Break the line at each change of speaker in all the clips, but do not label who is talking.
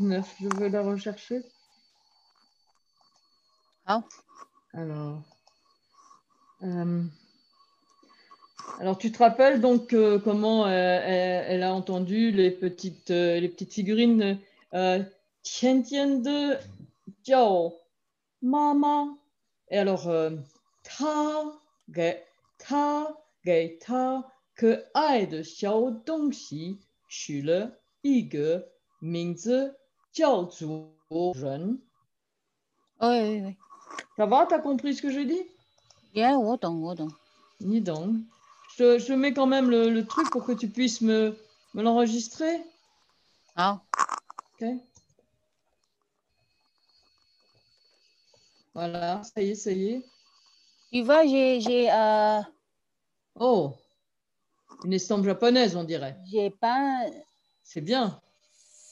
euh, je veux la rechercher.
Ah.
Alors. euh, alors, tu te rappelles donc euh, comment euh, elle, elle a entendu les petites, euh, les petites figurines euh, Tian Tian de Jiao, Maman. Et alors, euh, Ta, Ge, Ta, Ge, Ta, Que ai de Xiao Dongxi, Xu le, Yi Ge, Ming Zi, Jiao Zu, Ren.
Oui, oui, oui.
Ça va, t'as compris ce que je dis
Yeah, 我懂，我懂。
Dis donc. Je, je mets quand même le, le truc pour que tu puisses me, me l'enregistrer.
好，
Ok. Voilà, ça y est, ça y est.
tu vois, j'ai, j'ai, euh,
Oh, une estampe japonaise, on dirait.
j'ai peint
C'est bien.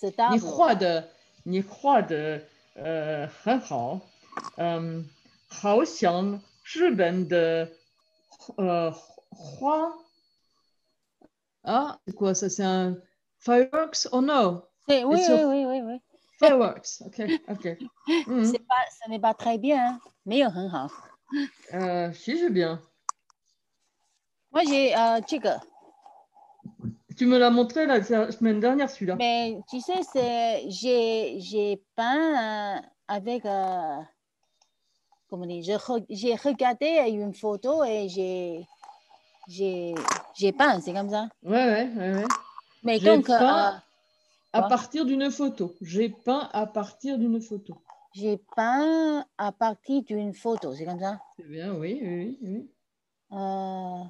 ce
Ni
tableau.
froide, ni froide. Euh, 很好. Euh, 好像日本的, euh, roi. Ah, c'est quoi ça? C'est un fireworks? Oh no,
C'est, oui,
sur-
oui, oui, oui, oui.
fireworks. Ok, ok. Mhm.
C'est pas, ça n'est pas très bien, hein. mais euh, 很好。
Euh, si, j'ai bien.
Moi, j'ai euh, 这个，
Tu me l'as montré la la semaine dernière, celui-là.
mais tu sais, c'est, j'ai, j'ai peint euh, avec, euh, comment dire, je re- j'ai regardé une photo et j'ai, j'ai, j'ai peint, c'est comme ça.
Ouais, ouais, ouais. ouais.
Mais
J'ai
donc,
peint-
euh,
À
Quoi
partir d'une photo. J'ai peint à partir d'une photo.
j'ai peint à partir d'une photo, c'est comme ça.
C'est bien, oui, oui, oui.
Euh,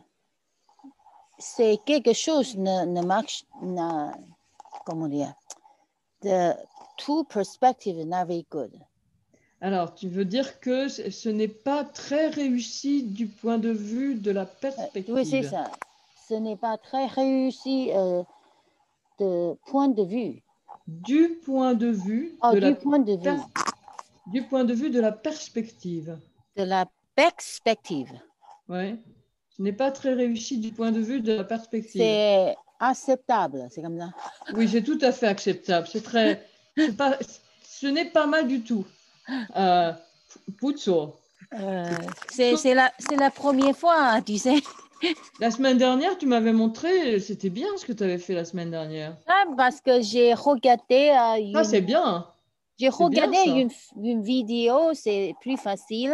c'est quelque chose ne, ne marche, ne, comment dire, the two perspectives not very good.
Alors, tu veux dire que ce ce n'est pas très réussi du point de vue de la perspective.
Oui, c'est ça. Ce n'est pas très réussi euh, de point de vue.
Du point de vue
Oh,
de
du
la
point de vue,
per- du point de vue de la perspective.
de la perspective.
Ouais. Ce n'est pas très réussi du point de vue de la perspective.
C'est acceptable, c'est comme ça.
Oui, c'est tout à fait acceptable. C'est très, c'est pas, ce n'est pas mal du tout. Euh, Puzzo,
Euh, c'est c'est la, c'est la première fois, hein, tu sais.
La semaine dernière, tu m'avais montré, c'était bien ce que tu avais fait la semaine dernière.
Ah, parce que j'ai regardé, euh,
Ah,
une,
c'est bien.
j'ai
c'est bien,
regardé
ça.
une, une vidéo, c'est plus facile.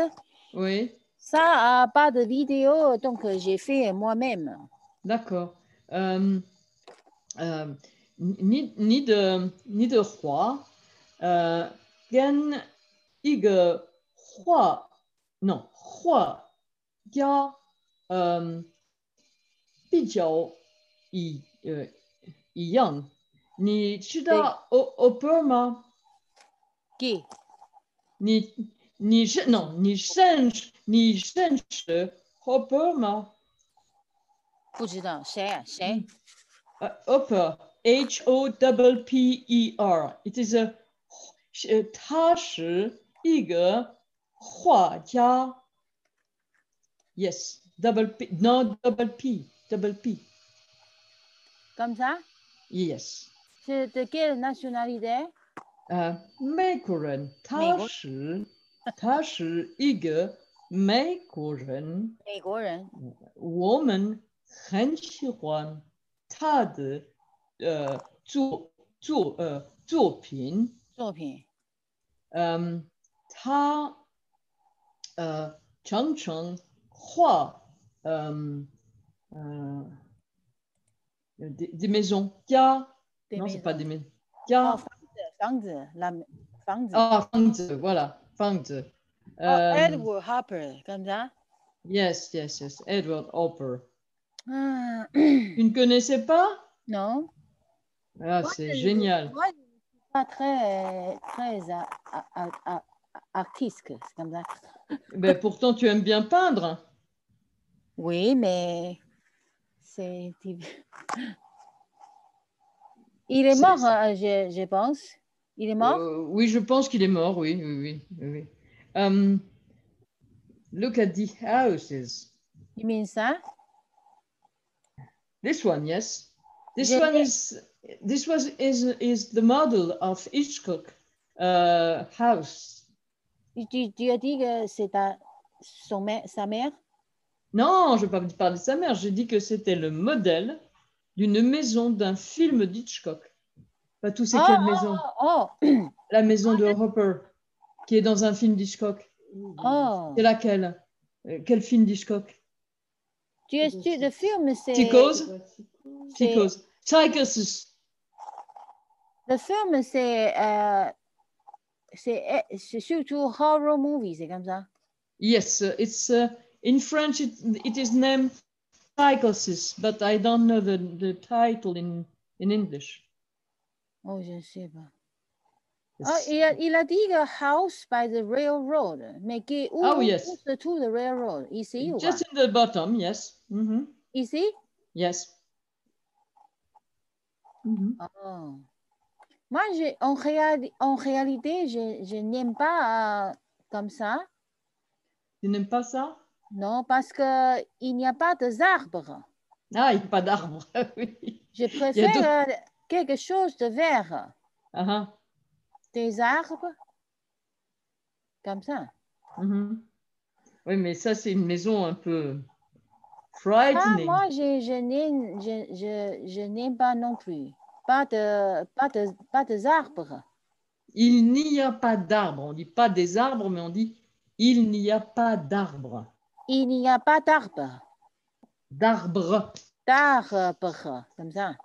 Oui,
Ça, a pas de vidéo, donc euh, j'ai fait moi-même.
d'accord. Euh, euh, ni, ni de, ni de roi. Euh, gen ige roi. Non, roi. Ya. Euh, bijiao. I. euh, i yang. Ni chuda o, o perma.
Qui
你你是 non，你认识你认识 Hopper 吗 Mm.
不知道谁啊谁？
呃 Hopper H O W P E R，it is a 是他是一个画家。Yes, double P, no double P, double P.
Comme ça
Yes.
C'est de quelle nationalité
Euh, 美国人，
美
他
国
是他是一个美国人。
美国人。
我们很喜欢他的呃作作呃作品，
作品
嗯，他呃常常画嗯嗯、呃、des des maisons 家
对
non
没
c'est
错
pas des maisons 家
哦房子，那房子。
啊房子 Ah, voilà 房子
哦
呃
Oh, ，Edward Hopper，comme ça。
yes yes yes Edward Hopper
嗯
tu ne connaissais pas
Ah, ，non。
ah
Moi,
c'est
je-
génial
Moi, je ne suis pas très, très a- a- a- a- artiste, c'est comme ça.
Ben, pourtant, tu aimes bien peindre.
Oui, mais c'est. div- Il est
C'est-
mort, euh, je, je pense. Il est mort.
Euh, oui, je pense qu'il est mort, oui, oui, oui. oui, oui. Um, look at the houses.
You mean ça?
This one, yes. This
J'ai-
one is this was is is the model of Hitchcock uh, house.
Tu, tu as dit que c'est ta, son mè- sa mère
Non, je ne vais pas parler de sa mère. J'ai dit que c'était le modèle d'une maison d'un film d'Hitchcock. Pas tous c'est quelle maison
Oh,
La maison de Hopper, qui est dans un film d'Hitchcock.
oh, oh.
C'est laquelle Euh, Quel film d'Hitchcock
Tu es tu le film, c'est.
Psychose
c'est-
Psychose. Psychosis.
Le film, c'est. euh, c'est eh, c'est surtout horror movie, c'est comme ça.
Yes, uh, it's uh, in French. It, it is named Psychosis, but I don't know the, the title in in English.
Oh, je ne sais pas. Ah,
It's-
il, a, il a dit que House by the Railroad, mais qui, où,
Oh, yes.
où se trouve le railroad? Ici ou
just
pas?
in the bottom. Yes. Mhm.
Ici?
Yes. Mhm.
Oh. Moi, j'ai- en, réali- en réalité, je, je n'aime pas euh, comme ça.
Tu n'aimes pas ça
Non, parce qu'il n'y a pas des arbres.
Ah, il n'y a pas d'arbre. oui.
Je préfère euh, quelque chose de vert.
Ah, ah.
Des arbres. Comme ça.
Mhm. Oui, mais ça, c'est une maison un peu
Ah,
frightening.
moi, je, je n'aime je, je, je n'aime pas non plus. Pas de, pas de, pas des arbres.
Il n'y a pas d'arbre. On dit pas des arbres, mais on dit il n'y a pas d'arbre.
Il n'y a pas d'arbres.
D'arbre.
D'arbres. Comme ça.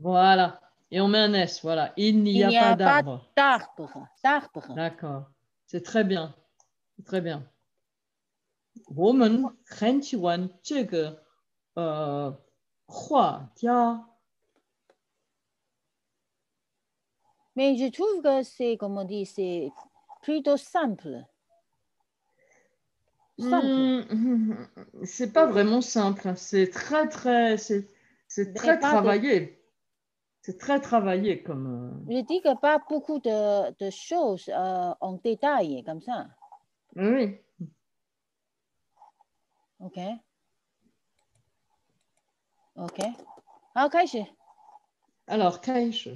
Voilà. Et on met un S, voilà. Il n'y
Il
a,
n'y
pas
a pas
d'arbre.
D'arbres. D'arbres.
D'accord. C'est très bien. C'est très bien. Woman, Euh, 21, 这个呃画家
Mais je trouve que c'est, comme on dit, c'est plutôt simple. Simple.
Mm,
Hmm.
c'est pas vraiment simple. hein. C'est très, très, c'est c'est
Mais
très
pas de-
travaillé. C'est très travaillé comme.
Je dis que pas beaucoup de, de choses euh, en détail, comme ça.
euh, Oui.
OK? OK? 好，开始。
Alors, Kaïche,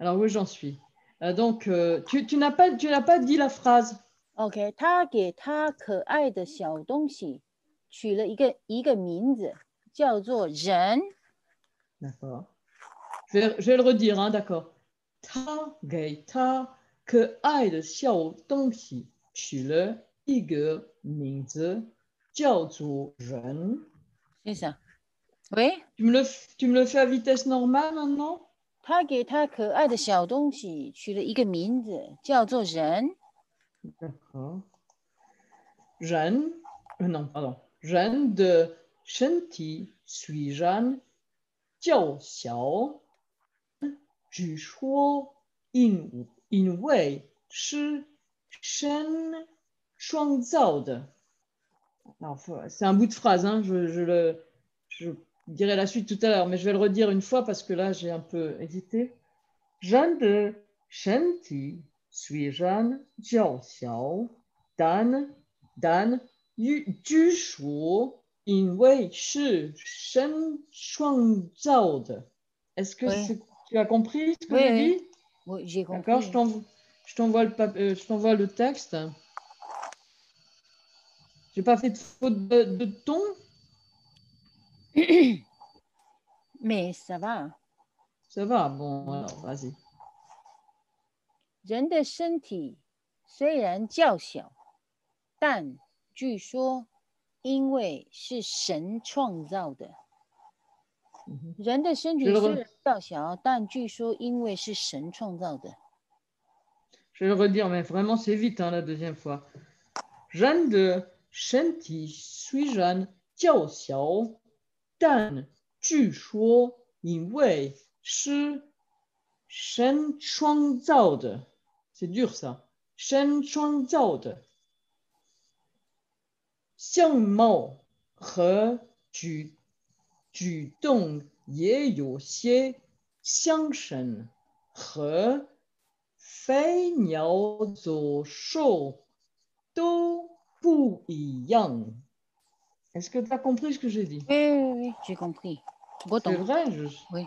alors où j'en suis Euh, Donc, euh, tu, tu n'as pas, tu n'as pas dit la phrase.
OK，他给他可爱的小东西取了一个一个名字，叫做人。
D'accord. Je vais, je vais le redire, hein, d'accord. Ta gei ta ke ai de xiao dongxi qu le yi ge ming zi jiao zu ren.
先生，喂，
Tu me le, f- tu me le fais à vitesse normale maintenant
他给他可爱的小东西取了一个名字，叫做人。
D'accord. Ren, euh, non, pardon. Ren de shen ti sui ren jiao xiao ju shuo in, in wei shi shen shuang zao de. Alors, faut- c'est un bout de phrase, hein, je, je le, je dirai la suite tout à l'heure, mais je vais le redire une fois parce que là, j'ai un peu hésité. Ren de shen ti sui ren jiao xiao dan dan yu ju shuo in wei shi shen shuang zao de. Est-ce que
Oui.
c'est tu as compris ce que
Oui,
j'ai
oui.
dit
Oui, j'ai compris.
D'accord, je t'envoie, je t'envoie le, pap- euh, je t'envoie le texte. J'ai pas fait de faute de, de ton.
Mais ça va.
Ça va, bon, alors vas-y.
人的身体虽然较小，但据说因为是神创造的。
Mhm.
人的身体
觉得
虽
问
然较小，但据说因为是神创造的。
Je vais le redire, mais vraiment c'est vite hein, la deuxième fois. Jeanne de Shenti, suis Jeanne, Jiao Xiao, Dan, Chu Shuo, Yin Wei, Shi, Shen Chuang Zao de. C'est dur ça. Shen Chuang Zao de. Xiang Mao, He, Ju, Ju Dong, Ye Yo Xie, Xiang Shen, He, 飞鸟走兽都不一样。Est-ce que tu as compris ce que j'ai dit
Oui, oui, oui, j'ai compris.
C'est vrai je...
Oui.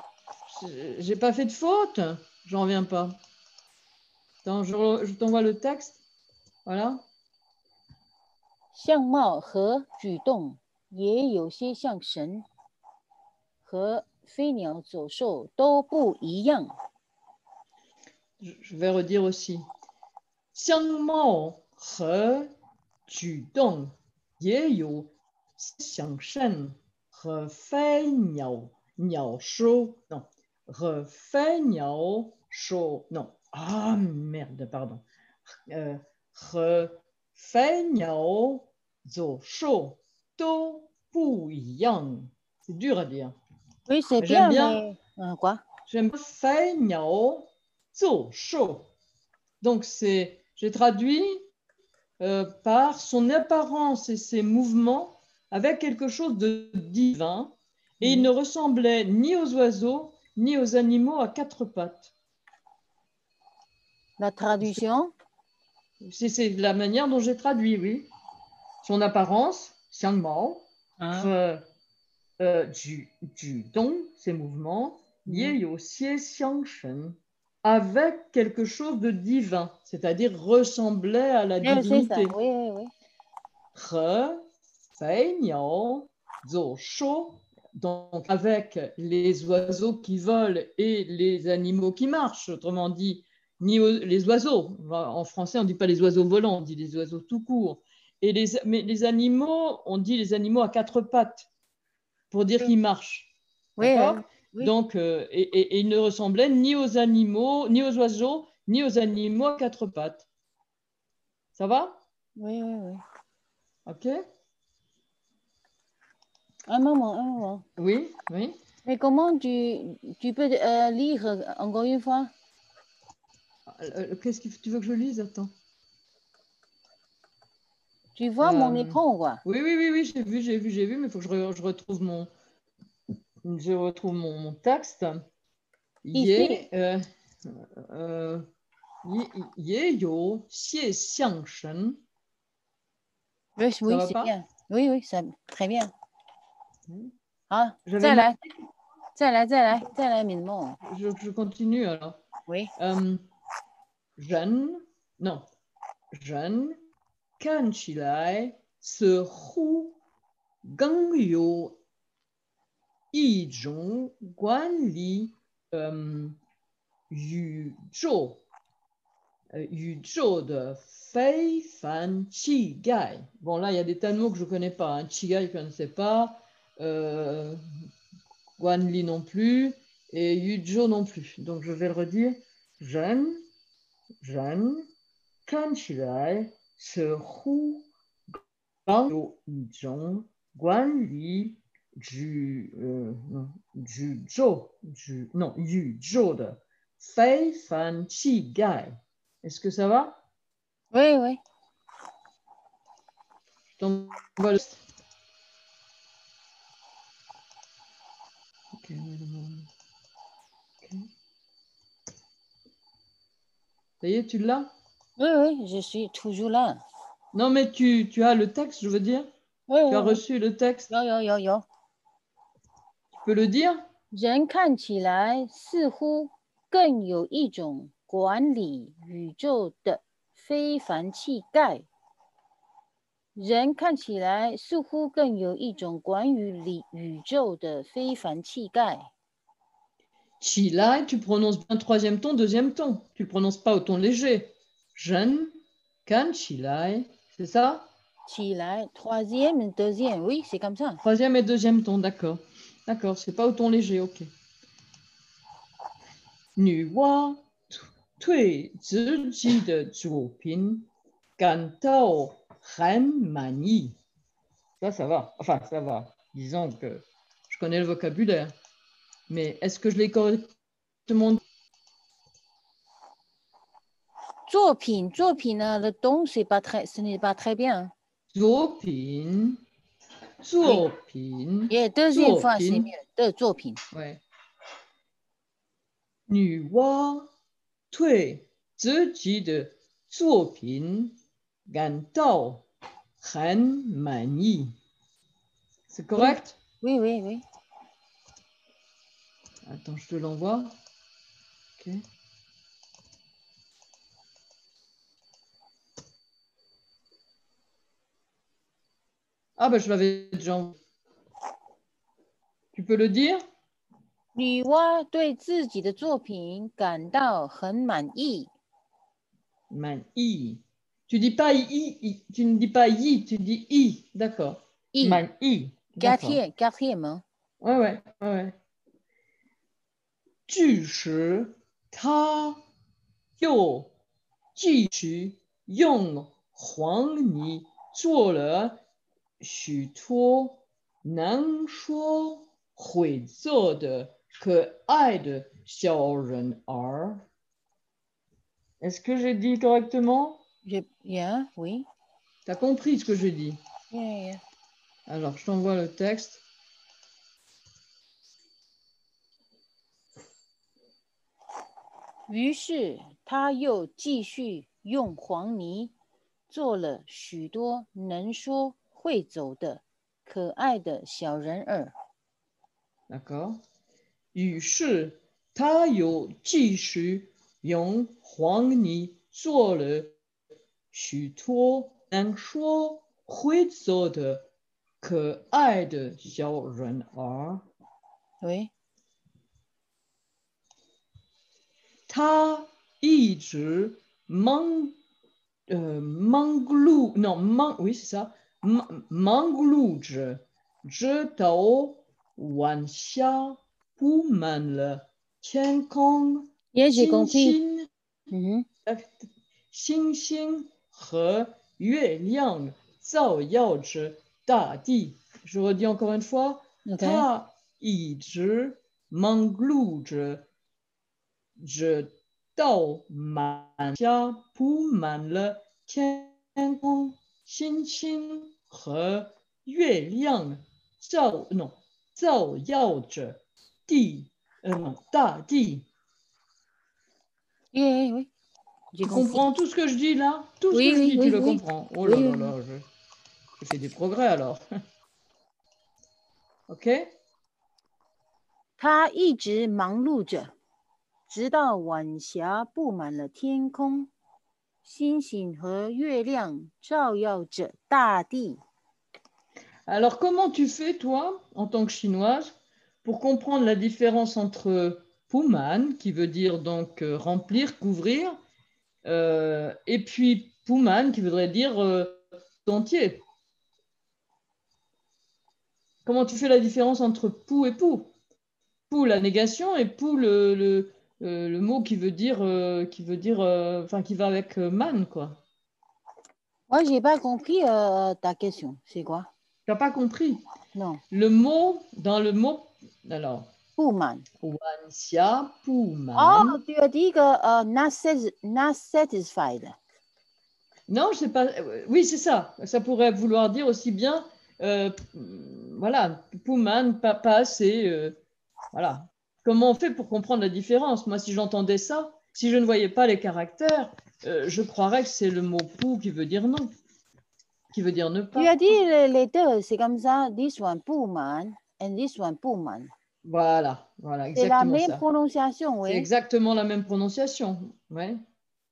J'ai pas fait de faute. J'en viens pas. Attends, je, re- je t'envoie le texte. Voilà.
相貌和举动也有些像神，和飞鸟、走兽都不一样。
Je, je vais redire aussi. 相貌和举动也有想象和飞鸟鸟兽 non 和飞鸟兽 non ah merde pardon 呃和飞鸟走兽都不一样 c'est dur à dire
Oui, c'est
Mais j'aime
bien,
bien.
mais euh, quoi
J'aime pas fei niao zou shou. Donc c'est, j'ai traduit euh, par son apparence et ses mouvements avec quelque chose de divin. Et il ne ressemblait ni aux oiseaux ni aux animaux à quatre pattes.
La traduction
C'est, c'est la manière dont j'ai traduit, oui. Son apparence, xiang mao,
Hein
euh, euh, du, du don, ses mouvements,
Mm.
liés au xie xiang shen, avec quelque chose de divin, c'est-à-dire ressemblait à la
Eh, C'est ça,
divinité.
oui, oui, oui.
He, fei, niao, zo, shou. Donc, avec les oiseaux qui volent et les animaux qui marchent, autrement dit, ni o- les oiseaux. En français, on ne dit pas les oiseaux volants, on dit les oiseaux tout court. Et les, mais les animaux, on dit les animaux à quatre pattes pour dire qu'ils marchent.
Oui,
D'accord
oui. oui.
Donc, euh, et, et- et il ne ressemblait ni aux animaux, ni aux oiseaux, ni aux animaux à quatre pattes. Ça va
oui, oui, oui.
Ok
Un moment, un moment.
Oui, oui.
Mais comment tu, tu peux euh, lire euh, encore une fois
Euh, Qu'est-ce que tu veux que je lise Attends.
Tu vois mon
Euh,
écran, quoi
Oui, oui, oui, oui, j'ai vu, j'ai vu, j'ai vu, mais il faut que je, re- je retrouve mon, je retrouve mon, mon texte. Ye, euh, euh, ye, ye yo xie xiang shen.
Oui, oui,
va
c'est
pas
bien. Oui, oui, ça, très bien. Ah,
Hmm.
好，
J'avais
再
mis-
来，再来，再来，再来敏梦。
je, je continue alors.
Oui.
Euh, jeune, non, jeune, kan chi lai, se hu, gang yu, yi zhong, guan li, euh, yu zhou, euh, yu zhou de fei fan chi gai. Bon, là, il y a des tas de mots que je ne connais pas. Hein. Chi gai, je ne sais pas. Euh, guan li non plus. Et yu zhou non plus. Donc, je vais le redire. 人人看起来似乎刚有一种管理宇呃嗯宇宙宇 non 宇宙的非凡气概。Est-ce que ça va?
Oui, oui.
Je t'envoie le- Ok, wait a moment. Ok. Ça y est, tu l'as?
Oui, oui, je suis toujours là.
Non, mais tu, tu as le texte, je veux dire.
Oui,
Tu as
oui.
reçu le texte.
oui. Yo, yo, yo, yo.
Tu peux le dire
人看起来似乎更有一种管理宇宙的非凡气概。人看起来似乎更有一种管理宇宙的非凡气概。
Chila, tu prononces bien troisième ton, deuxième ton. Tu le prononces pas au ton léger. Jeune, kan, chilai, c'est ça
起来，troisième, deuxième, oui, c'est comme ça.
Troisième et deuxième ton, d'accord. D'accord, c'est pas au ton léger, ok. Nu wa tui zi ji de zuo pin gan tao ren mani. Ça, ça va. Enfin, ça va. Disons que je connais le vocabulaire. Mais est-ce que je l'ai correctement dit
作品，作品呢，le don c'est pas très, ce n'est pas très bien.
Zuo pin Zuo pin
Et deuxième fois c'est
Zoopin.
mieux. 的作品，
Ouais. Nu wa tui zi de zuo pin gan tao ren mani. C'est correct
oui, oui, oui.
Attends, je te l'envoie. Ok. Ah, ben, je l'avais déjà envoyé. Tu peux le dire
女娲对自己的作品感到很满意。
Man, i. Tu dis pas i, i, i. tu ne dis pas i, tu dis i. D'accord.
一
Man, i. D'accord.
Gartier Gartier 吗？
Ouais, ouais, ouais, ouais. 巨石，它又继续用黄泥做了许多难说会做的可爱的小人儿。Est-ce que j'ai dit correctement?
Je- Yeah, oui.
T'as compris ce que j'ai dit?
Yeah, yeah.
Alors, je t'envoie le texte.
«于是他又继续用黄泥做了许多能说会走的可爱的小人儿。
D'accord. 于是他又继续用黄泥做了许多能说会走的可爱的小人儿。
喂，
他一直忙，呃，忙碌，non，忙，oui c'est ça，忙忙碌着，直到晚霞布满了天空，
也许
星
公司，
星。呃
嗯哼，
星星和月亮照耀着大地。Je redis encore une fois，
OK
他一直忙碌着，直到满家铺满了天空，星星和月亮照 non 照耀着地，呃，non，大地。
耶喂，也许
Tu
公司，
comprends tout ce que je dis là Tout ce
Oui,
que je
oui,
dis,
oui,
tu le
oui.
comprends. Oh là
Oui,
là
oui.
là, je, je fais des progrès alors. ok
他一直忙碌着，直到晚霞布满了天空，星星和月亮照耀着大地。
Alors, comment tu fais, toi, en tant que chinoise, pour comprendre la différence entre Puman, qui veut dire donc euh, remplir, couvrir, euh, et puis Puman, qui voudrait dire euh, entier Comment tu fais la différence entre pou et pou Pou, la négation, et pou, le, le, euh, le mot qui veut dire, euh, qui veut dire, euh, enfin, qui va avec euh, man, quoi.
Moi, j'ai pas compris euh, ta question. C'est quoi
T'as pas compris
Non,
Le mot, dans le mot, alors,
不满。
Xia Pu Man.
哦，对啊，第一个呃，not euh, sat not satisfied，
Non, je sais pas. euh, Oui, c'est ça. Ça pourrait vouloir dire aussi bien, euh, voilà, Pouman, pas, pas assez. euh, voilà. Comment on fait pour comprendre la différence Moi, si j'entendais ça, si je ne voyais pas les caractères, euh, je croirais que c'est le mot pou qui veut dire non, qui veut dire ne
tu as
pas.
dit les les deux, c'est comme ça. This one 不满，and this one 不满，
Voilà, voilà,
c'est la
exactement
même
ça.
prononciation，
C'est
喂。
exactement la même prononciation. Ouais.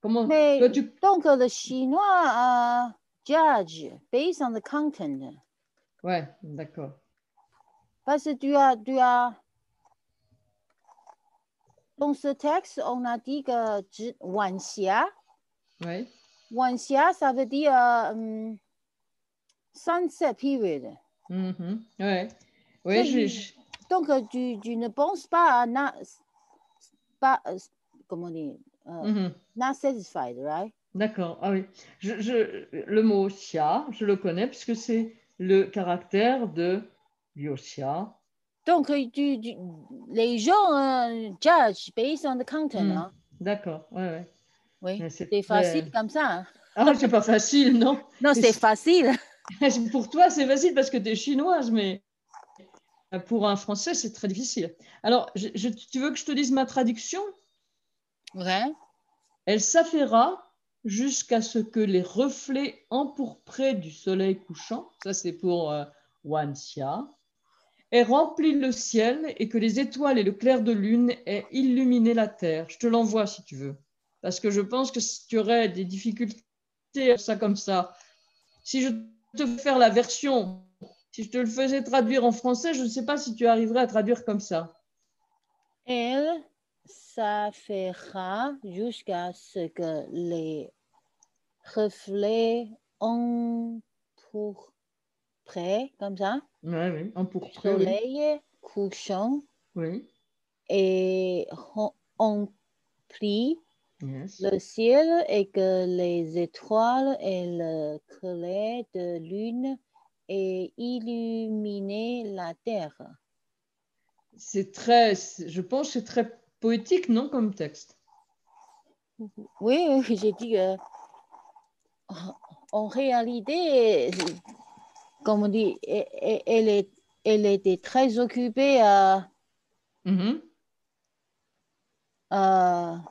Comment
Mais
toi, tu
donc le chinois euh, judge based on the content，
Ouais, d'accord.
parce que tu as tu as dans ce texte on a dit que 只晚霞，
Ouais.
晚霞 ça veut dire euh, hum, sunset period。
Mhm. Ouais. Ouais,
Ça,
j'ai-
il-
j'ai-
Donc, euh, tu, tu ne penses pas à not, pas, euh, comment dire, euh,
Mhm.
not satisfied, right?
D'accord, ah oui. Je, je- le mot xia, je le connais puisque c'est le caractère de yoxia.
Donc, euh, tu, tu- les gens euh, judge based on the content,
Mm.
hein?
D'accord, ouais, ouais.
Oui,
Mais c'est très-
c'est facile comme ça. hein?
Ah, c'est pas facile, non
Non,
Mais
c'est
c'est-
facile.
Pour toi, c'est facile parce que tu es chinoise, mais pour un Français, c'est très difficile. Alors, je- je- tu veux que je te dise ma traduction
Ouais.
Elle s'affaira jusqu'à ce que les reflets empourprés du soleil couchant, ça c'est pour euh, Wanxia, ait rempli le ciel et que les étoiles et le clair de lune aient illuminé la terre. Je te l'envoie si tu veux, parce que je pense que tu aurais des difficultés à ça comme ça. Si je te fais faire la version, si je te le faisais traduire en français, je ne sais pas si tu arriverais à traduire comme ça.
Elle s'affaira jusqu'à ce que les reflets en pour près, comme ça,
Ouais, oui, en pourpré, oui.
soleil couchant
Oui,
et ren- emplit
yes.
le ciel et que les étoiles et le clair de lune aient illuminé la terre.
C'est très, c'est- je pense, que c'est très poétique, non, comme texte.
Oui, oui, j'ai dit que en réalité, comme on dit, e- e- elle, est- elle était très occupée à,
Mhm.
à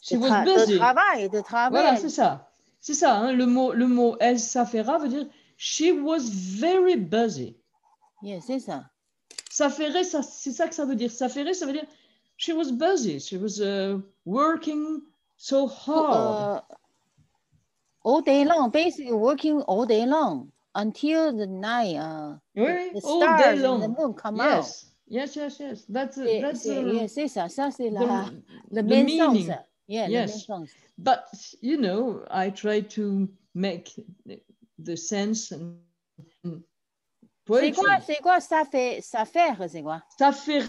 She
de
was
tra- de
busy.
travail, de travail.
Voilà, c'est ça. C'est ça, hein, le mot, le mot elle s'affaira veut dire she was very busy.
Yeah, c'est ça.
S'affairer, ça, c'est ça que ça veut dire. S'affairer, ça veut dire she was busy. She was uh, working so hard.
Uh, all day long, basically working all day long until the night. Uh,
oui,
the
all day
stars and the
long.
moon come out.
Yes, yes, yes, yes. That's,
C'est-
that's
c'est-
uh,
yeah, c'est ça, ça c'est
the-
la, le
the
main sens.
meaning.
Yeah, le
Yes.
main sens.
but you know i try to make the sense and, and
C'est
poetry
quoi, c'est quoi ça fait, ça faire, c'est quoi?
S'affairer,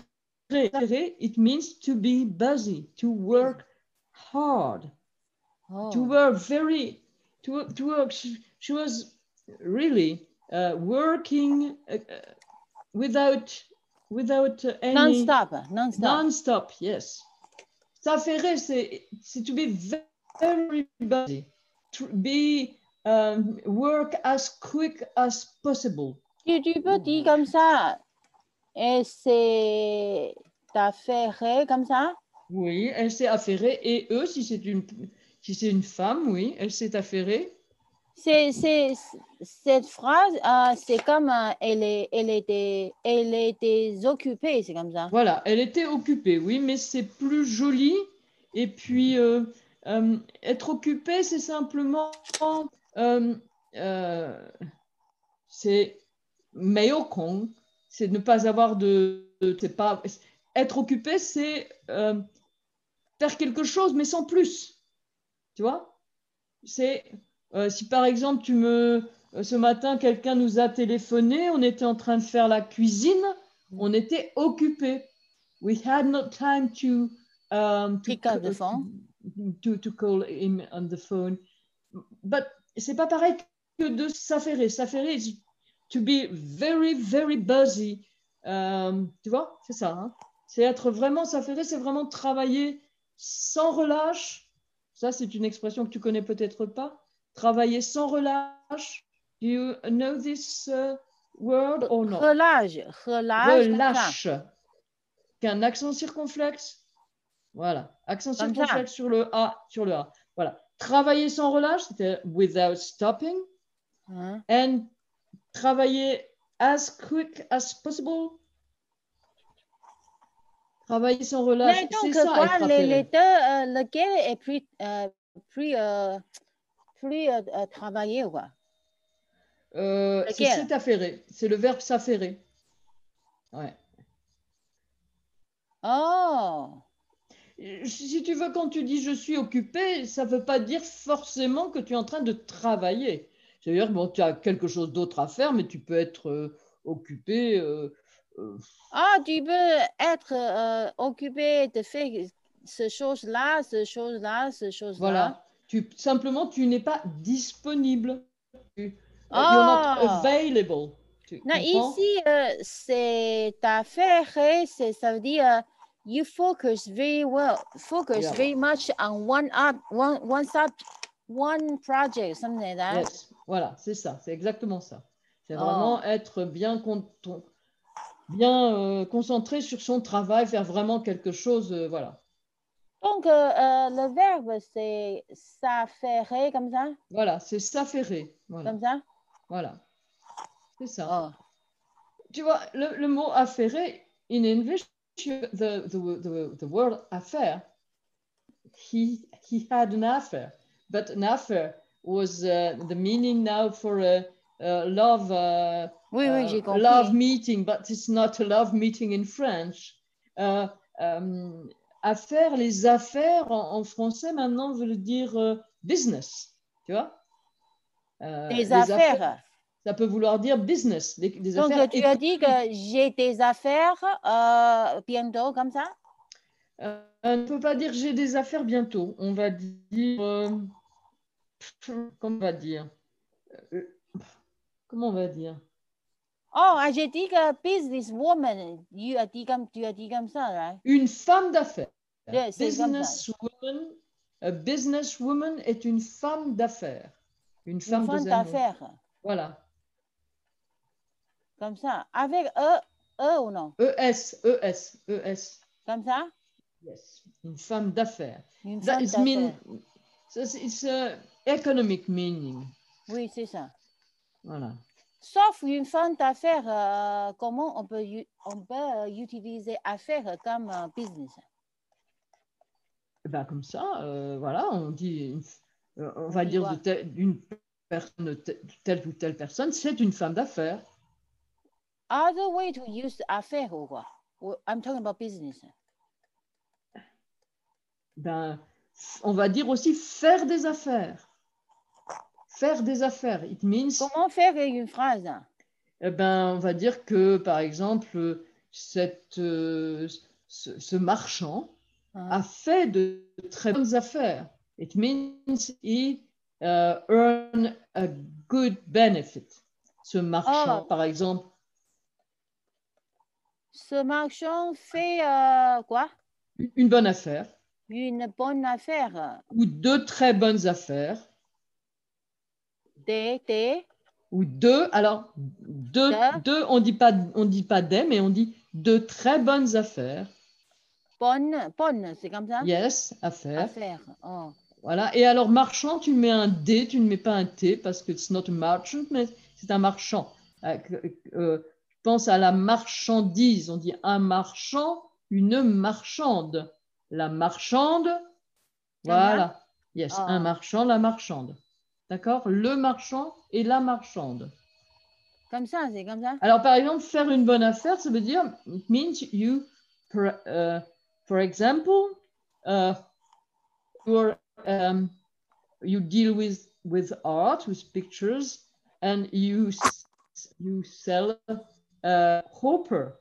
s'affairer, it means to be busy to work hard
Oh.
to work very to, to work she, she was really uh, working uh, uh, without without uh, any
Non-stop, non-stop.
non-stop yes s'affairer c'est c'est to be ve- very busy to be um, work as quick as possible
Tu, tu peux
Oh.
dire comme ça, et c'est d'affaire comme ça?
oui elle s'est affairée et eux si c'est une si c'est une femme oui elle s'est affairée
C'est, c'est, cette phrase, euh, c'est comme euh, elle, est, elle, était, elle était occupée, c'est comme ça.
voilà elle était occupée oui mais c'est plus joli et puis euh, euh, être occupée c'est simplement euh, euh, c'est meiyokon, c'est ne pas avoir de, de- c'est pas être occupé, c'est euh, faire quelque chose mais sans plus, tu vois. C'est euh, si par exemple tu me euh, ce matin quelqu'un nous a téléphoné, on était en train de faire la cuisine, on était occupé. We had no time to um, to, uh,
Pick up the phone.
to to call him on the phone, but c'est pas pareil que de s'affairer. S'affairer, is to be very, very busy. Euh, tu vois, c'est ça. hein. c'est être vraiment s'affairer, c'est vraiment travailler sans relâche. Ça, c'est une expression que tu connais peut-être pas. Travailler sans relâche. Do you know this uh, word or not?
Relâche, relâche, comme ça.
oh, Relâche. Qu'un accent circonflexe. Voilà. Accent
Comme ça.
circonflexe sur le A. Sur le A. Voilà. Travailler sans relâche, c'était without stopping
Hein?
and travailler as quick as possible. Travailler sans relâche,
Mais
c'est
donc,
ça
quoi,
être
les,
affairé.
les deux, euh, lequel est plus, euh, plus, euh, plus euh, euh, travaillé, quoi?
Euh, c'est
Lequel
s'est affairé, c'est le verbe s'affairer. Ouais.
Oh!
Si tu veux, quand tu dis je suis occupé, ça ne veut pas dire forcément que tu es en train de travailler. C'est-à-dire bon, tu as quelque chose d'autre à faire, mais tu peux être euh, occupé. euh, euh,
Ah, tu peux être euh, occupé de faire ce chose-là, ce chose-là, ce chose-là.
voilà. Tu, simplement, tu n'es pas disponible. Tu, euh, You're
Ah.
not available. Tu
Non,
comprends
ici, euh, c'est affaire, c'est, ça veut dire euh, you focus very well, focus
Yeah.
very much on one up, one, one sub, one project, something like that.
Yes. Voilà, c'est ça, c'est exactement ça. C'est vraiment être bien, con- ton- bien euh, concentré sur son travail, faire vraiment quelque chose, euh, voilà.
Donc, euh, euh, le verbe, c'est s'affairer comme ça,
Voilà, c'est s'affairer. Voilà,
comme ça.
Ah. voilà. c'est ça.
Oh.
tu vois, le, le mot affairé, in English, you- the, the, the, the word affair, he, he had an affair, but an affair was uh, the meaning now for a, a love, uh,
Oui, oui,
uh,
j'ai compris.
love meeting, but it's not a love meeting in French. Euh, euh, affaires, les affaires en, en français maintenant veulent dire euh, business, tu vois Euh,
Des
les
affaires.
ça peut vouloir dire business, des, des
Donc,
affaires.
tu as dit que j'ai des affaires euh, bientôt, comme ça
Euh, on ne peut pas dire j'ai des affaires bientôt. On va dire. euh, pff, comment on va dire Euh, Comment on va dire
Oh, ah, j'ai dit que businesswoman, tu as dit comme, tu as dit comme ça, right?
Une femme d'affaires.
Yeah, c'est comme
Businesswoman. A businesswoman est une femme d'affaires. Une
Une
femme,
femme
de Zanon.
d'affaires,
Voilà.
comme ça. Avec E, E ou non
ES, ES, ES.
Comme ça
E Yes. Une femme d'affaires.
Une
That
femme
is mean.
d'affaires.
It's it's a economic meaning.
Oui, c'est ça.
Voilà.
Sauf une femme d'affaires, euh, comment on peut, u- on peut euh, utiliser affaires comme euh, business
Eh ben, comme ça, euh, voilà, on dit, une- euh, on va
dit
dire
quoi
de tel- d'une personne, de tel- telle ou telle personne, c'est une femme d'affaires.
Other way to use affaires ou quoi Ou- I'm talking about business.
Ben, on va dire aussi faire des affaires. Faire des affaires. It means,
Comment faire une phrase
eh ben, on va dire que, par exemple, cette, euh, ce, ce marchand
hein?
a fait de très bonnes affaires. It means he uh, earned a good benefit. Ce marchand,
Ah.
par exemple,
Ce marchand fait euh, quoi
une bonne affaire.
Une bonne affaire.
ou deux très bonnes affaires,
Des, des,
ou deux, alors deux,
Deux.
deux on dit pas on dit pas des, mais on dit deux très bonnes affaires.
bonnes, bonnes, c'est comme ça
Yes, affaires.
Affaires. oh.
Voilà. Et alors marchand, tu mets un D, tu ne mets pas un T parce que it's not a merchant, mais c'est un marchand. Euh, euh, je pense à la marchandise. On dit un marchand, une marchande. La marchande, voilà. Yes,
Ah.
un marchand, la marchande. D'accord Le marchand et la marchande.
Comme ça, c'est comme ça
Alors, par exemple, faire une bonne affaire, ça veut dire, it means you, for, uh, for example, uh, you're, um, you deal with, with art, with pictures, and you, s- you sell uh, hopper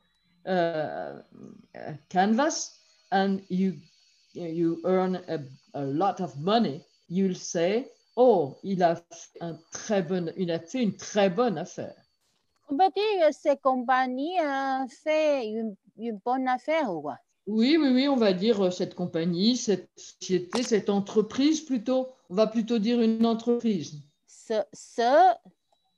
uh, uh, canvas, and you, you earn a, a lot of money, you'll say, oh, il a fait, un très bon, il a fait une très bonne affaire.
On peut dire que ces compagnies euh, fait une, une bonne affaire ou quoi
Oui, oui, oui, on va dire euh, cette compagnie, cette société, cette entreprise plutôt. On va plutôt dire une entreprise.
Ce, ce,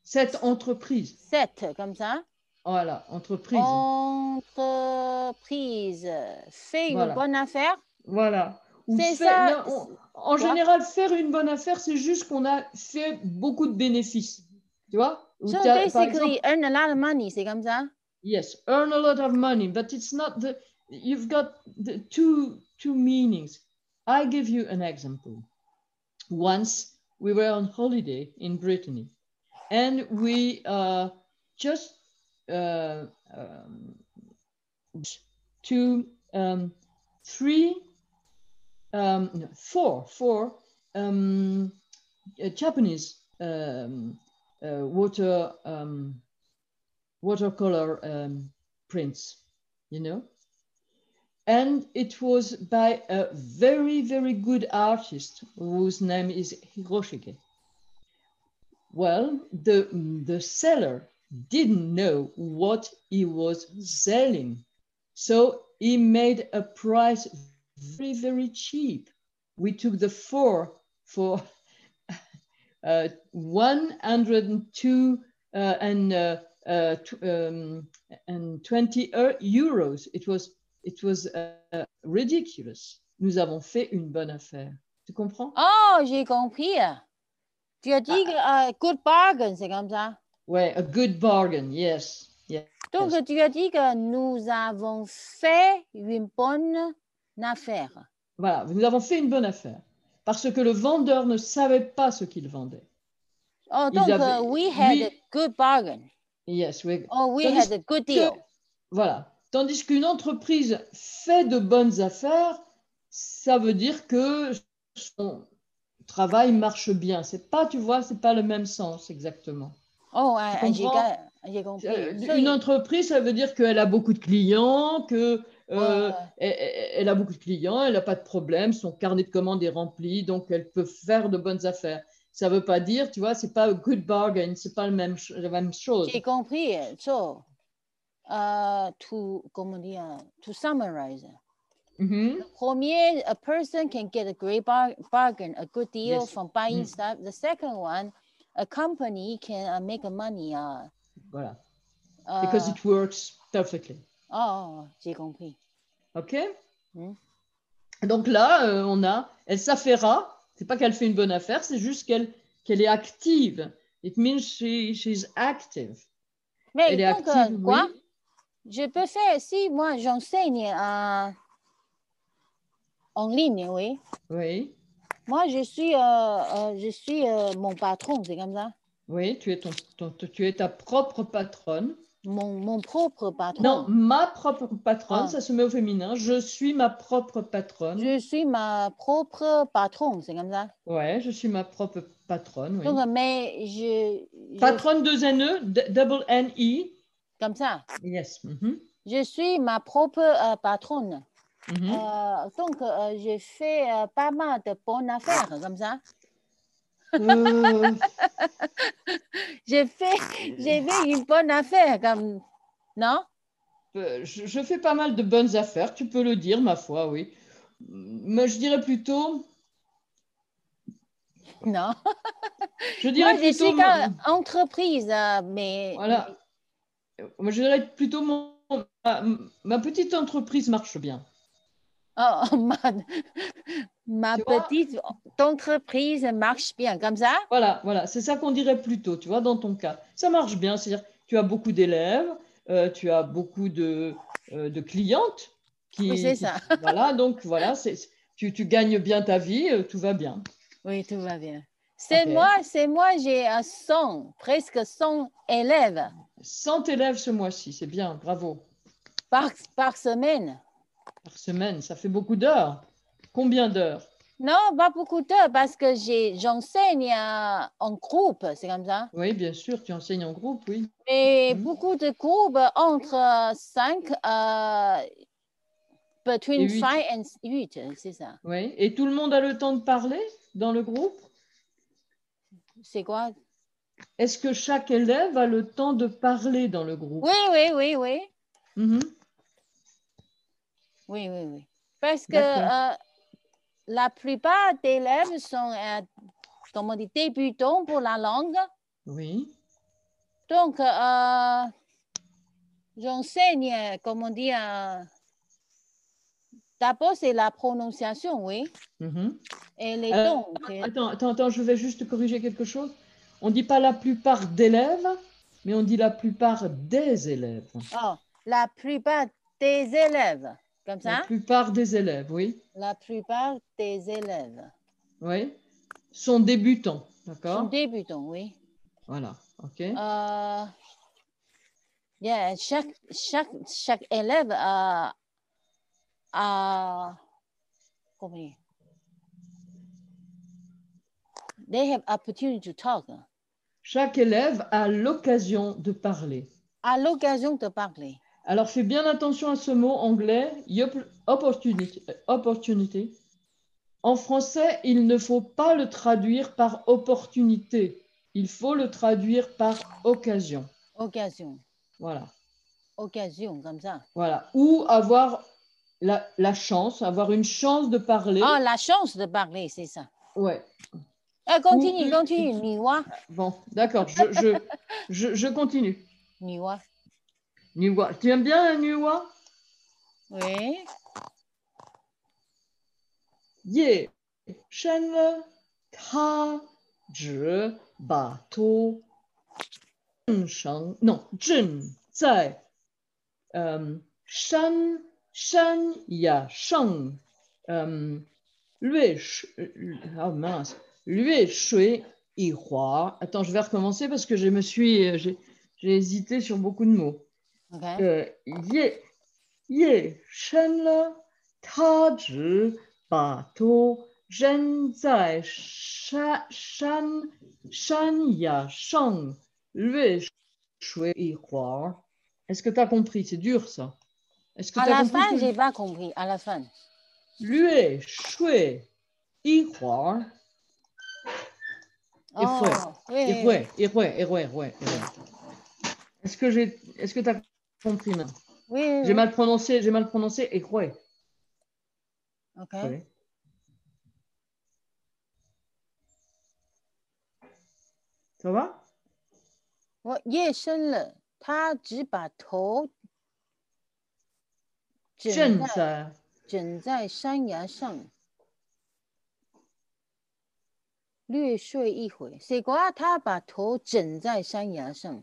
Cette entreprise.
cette, comme ça
Voilà, entreprise.
Oh. Entreprise fait une
Voilà.
bonne affaire.
Voilà. Ou
C'est
fait-
ça,
là, on- en
Quoi
général, faire une bonne affaire, c'est juste qu'on a fait beaucoup de bénéfices. Tu vois Ou
So
t'as- par exemple,
basically, earn a lot of money, c'est comme ça
Yes, earn a lot of money, but it's not the. You've got the two two meanings. I give you an example. Once we were on holiday in Brittany, and we uh, just uh, um, to um, three, um, no, four, four um, uh, Japanese um, uh, water um, watercolor um, prints, you know. And it was by a very, very good artist whose name is Hiroshige. Well, the, the seller didn't know what he was selling. So he made a price very, very cheap. We took the four for uh, 102 uh, and uh, uh, tw- um, and 20 eu- euros. It was, it was uh, uh, ridiculous. Nous avons fait une bonne affaire. Tu comprends?
Oh, j'ai compris.
Ah.
Tu as dit que, euh, good bargain, c'est comme ça.
Ouais, a good bargain, yes. Yeah.
Donc, tu as dit que nous avons fait une bonne affaire.
Voilà, nous avons fait une bonne affaire parce que le vendeur ne savait pas ce qu'il vendait.
Oh,
Ils
donc,
avaient-
euh, we had a
lui-
good bargain.
Yes, we-
Oh, we
Tandis
had a good deal.
Voilà. Tandis qu'une entreprise fait de bonnes affaires, ça veut dire que son travail marche bien. C'est pas, tu vois, c'est pas le même sens exactement.
Oh, ah, ah, j'ai
comprends?
ga- j'ai compris.
Euh,
So,
Une entreprise, ça veut dire qu'elle a beaucoup de clients, que euh,
Ouais.
elle, elle- elle a beaucoup de clients, elle n'a pas de problème, son carnet de commandes est rempli, donc elle peut faire de bonnes affaires. Ça ne veut pas dire, tu vois, c'est pas a good bargain, c'est pas le même, ch- la même chose.
J'ai compris. So, euh, to, comment dire, to summarize.
Mhm.
Premier, a person can get a great bar- bargain, a good deal
Yes.
from buying
Mm.
stuff. The second one, a company can uh, make money. Uh,
Voilà.
uh,
Because it works perfectly.
oh, j'ai compris.
OK
Mm.
Donc là, euh, on a, elle s'affaira. C'est pas qu'elle fait une bonne affaire, c'est juste qu'elle qu'elle est active. It means she, she's active.
Mais
elle est
donc, euh,
active, oui.
quoi? Je peux faire, si moi j'enseigne euh, en ligne, oui.
Oui,
Moi, je suis, euh, euh, je suis euh, mon patron, c'est comme ça.
oui, tu es, ton, ton- tu es ta propre patronne.
Mon, mon propre patron.
Non, ma propre patronne,
Oh. Ah.
ça se met au féminin. Je suis ma propre patronne.
Je suis ma propre patron, c'est comme ça.
Ouais, je suis ma propre patronne. oui.
Donc, euh, mais je, je-
Patronne deux NE, d- double N-E.
comme ça,
Yes. mhm,
je suis ma propre euh, patronne.
mhm.
Euh, donc, euh, je fais euh, pas mal de bonnes affaires, comme ça.
Euh,
Je fais, j'ai fait une bonne affaire, comme, non?
Euh, je, je fais pas mal de bonnes affaires, tu peux le dire, ma foi, oui. Mais je dirais plutôt,
Non.
je dirais
Moi, je
plutôt,
suis
mon-
comme entreprise, euh, mais
voilà, Moi, je dirais plutôt mon, ma, ma petite entreprise marche bien.
Oh, ma, ma
Tu vois?
petite entreprise marche bien, comme ça.
Voilà, voilà, c'est ça qu'on dirait plutôt, tu vois, dans ton cas. Ça marche bien, c'est-à-dire tu as beaucoup d'élèves, euh, tu as beaucoup de, euh, de clientes qui,
Oui, c'est
qui-
ça.
voilà, donc voilà, c'est, tu, tu gagnes bien ta vie, euh, tout va bien.
Oui, tout va bien. C'est
Ok.
moi, c'est moi, j'ai un 100, presque 100 élèves
100 élèves ce mois-ci, c'est bien, bravo.
par, par semaine.
Par semaine, ça fait beaucoup d'heures. Combien d'heures
Non, pas beaucoup d'heures parce que j'ai- j'enseigne euh, en groupe, c'est comme ça.
Oui, bien sûr, tu enseignes en groupe, oui.
Mais
Mhm.
beaucoup de groupes entre 5,
Et
between
huit.
5 and 8, c'est ça.
oui. Et tout le monde a le temps de parler dans le groupe
C'est quoi?
Est-ce que chaque élève a le temps de parler dans le groupe
Oui, oui, oui, oui.
Mhm.
Oui, oui, oui. Parce que
D'accord.
euh, la plupart des élèves sont euh, comment on dit, débutants pour la langue.
Oui.
Donc, euh, j'enseigne, euh, comment dire, euh, d'abord c'est la prononciation, oui,
Mhm.
et les
Euh,
dons. que-
Attends, attends, attends, je vais juste corriger quelque chose. On ne dit pas la plupart d'élèves, mais on dit la plupart des élèves.
oh, la plupart des élèves, comme
La
ça,
plupart des élèves, oui.
la plupart des élèves
Oui. Sont débutants,
sont
d'accord
débutants, oui.
Voilà, OK.
Euh, yeah, chaque, chaque, chaque élève a, a comment dire, they have opportunity to talk.
Chaque élève a l'occasion de parler.
à l'occasion de parler.
Alors fais bien attention à ce mot anglais, yop- opportunity, euh, opportunity. En français, il ne faut pas le traduire par opportunité, il faut le traduire par occasion.
Occasion,
Voilà,
occasion, comme ça.
voilà. Ou avoir la, la chance, avoir une chance de parler.
Ah, la chance de parler, c'est ça.
Ouais.
Euh,
Ou-
continue, continue, Niwa.
Bon, d'accord, je, je, je, je continue.
Niwa.
Niwa, tu aimes bien un Niwa
Oui.
Yeah. Shen le ka zhi ba to. Zhen sheng- Non, Jin 在嗯山山呀上嗯略水ah mince略水一滑。Attends, je vais recommencer parce que je me suis j'ai j'ai hésité sur beaucoup de mots.
Okay.
呃，夜夜深了，他只把头扔在山山山崖上，略水一滑。Est-ce que tu as compris C'est dur ça. Est-ce que
À
tu as
la
compris
fin,
que-
j'ai pas compris. À la fin.
略水一滑，Il
Oh,
et
oui, oui, oui.
ouais, et ouais, et ouais, et ouais. et ouais. Est-ce que j'ai, est-ce que tu as compris maintenant
Oui, oui,
J'ai
oui.
mal prononcé, j'ai mal prononcé, et ouais.
Ok.
Ouais. Ça va
我夜深了，他只把头
正
枕在
在
枕在山崖上，略睡一会。C'est quoi？他把头枕在山崖上。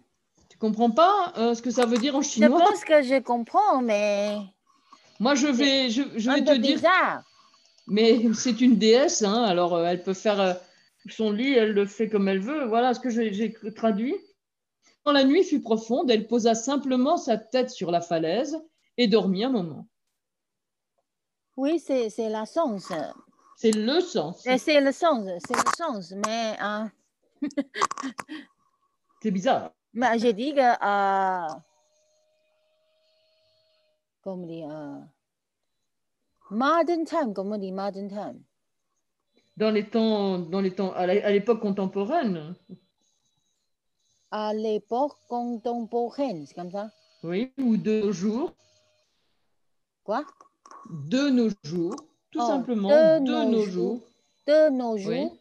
Tu comprends pas euh, ce que ça veut dire en
Je
chinois
pense que je comprends, mais
Moi, je vais, je, je
un
vais
peu
te dire,
bizarre.
mais c'est une déesse, hein, alors euh, elle peut faire euh, son lit, elle le fait comme elle veut. Voilà ce que j'ai j'ai traduit. Quand la nuit fut profonde, elle posa simplement sa tête sur la falaise et dormit un moment.
Oui, c'est c'est la sens.
C'est le sens.
C'est c'est le sens, c'est le sens. Mais euh,
C'est bizarre.
mais je dis que euh, comme dit euh, modern time, comme on dit modern time.
Dans les temps, dans les temps à la- à l'époque contemporaine,
À l'époque contemporaine, c'est comme ça.
oui, ou de nos jours,
Quoi?
de nos jours, tout
Oh,
simplement
de
de,
nos
nos,
jours.
jours.
De nos jours,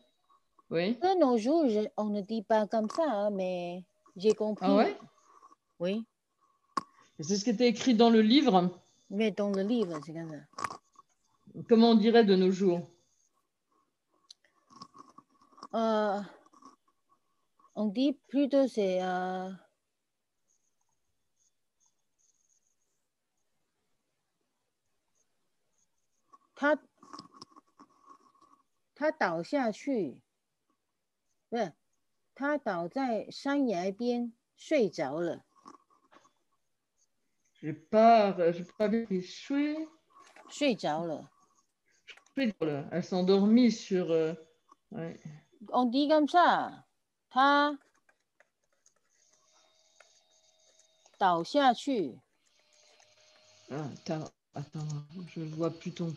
Oui. Oui.
de nos jours, je- on ne dit pas comme ça, hein, mais j'ai compris.
Ah ouais
Oui.
C'est ce qui était écrit dans le livre.
Mais dans le livre, c'est comme ça.
Comment on dirait de nos jours
Euh, on dit plutôt c'est euh, ta ta 倒下去，不是他倒在山崖边睡着了。
J'ai pas, j'ai pas vu les chouets.
睡着了，
Chouets, voilà. Elle s'endormit sur. euh, ouais.
on dit comme ça，他倒下去。
Ah, attends, attends, je vois plus ton.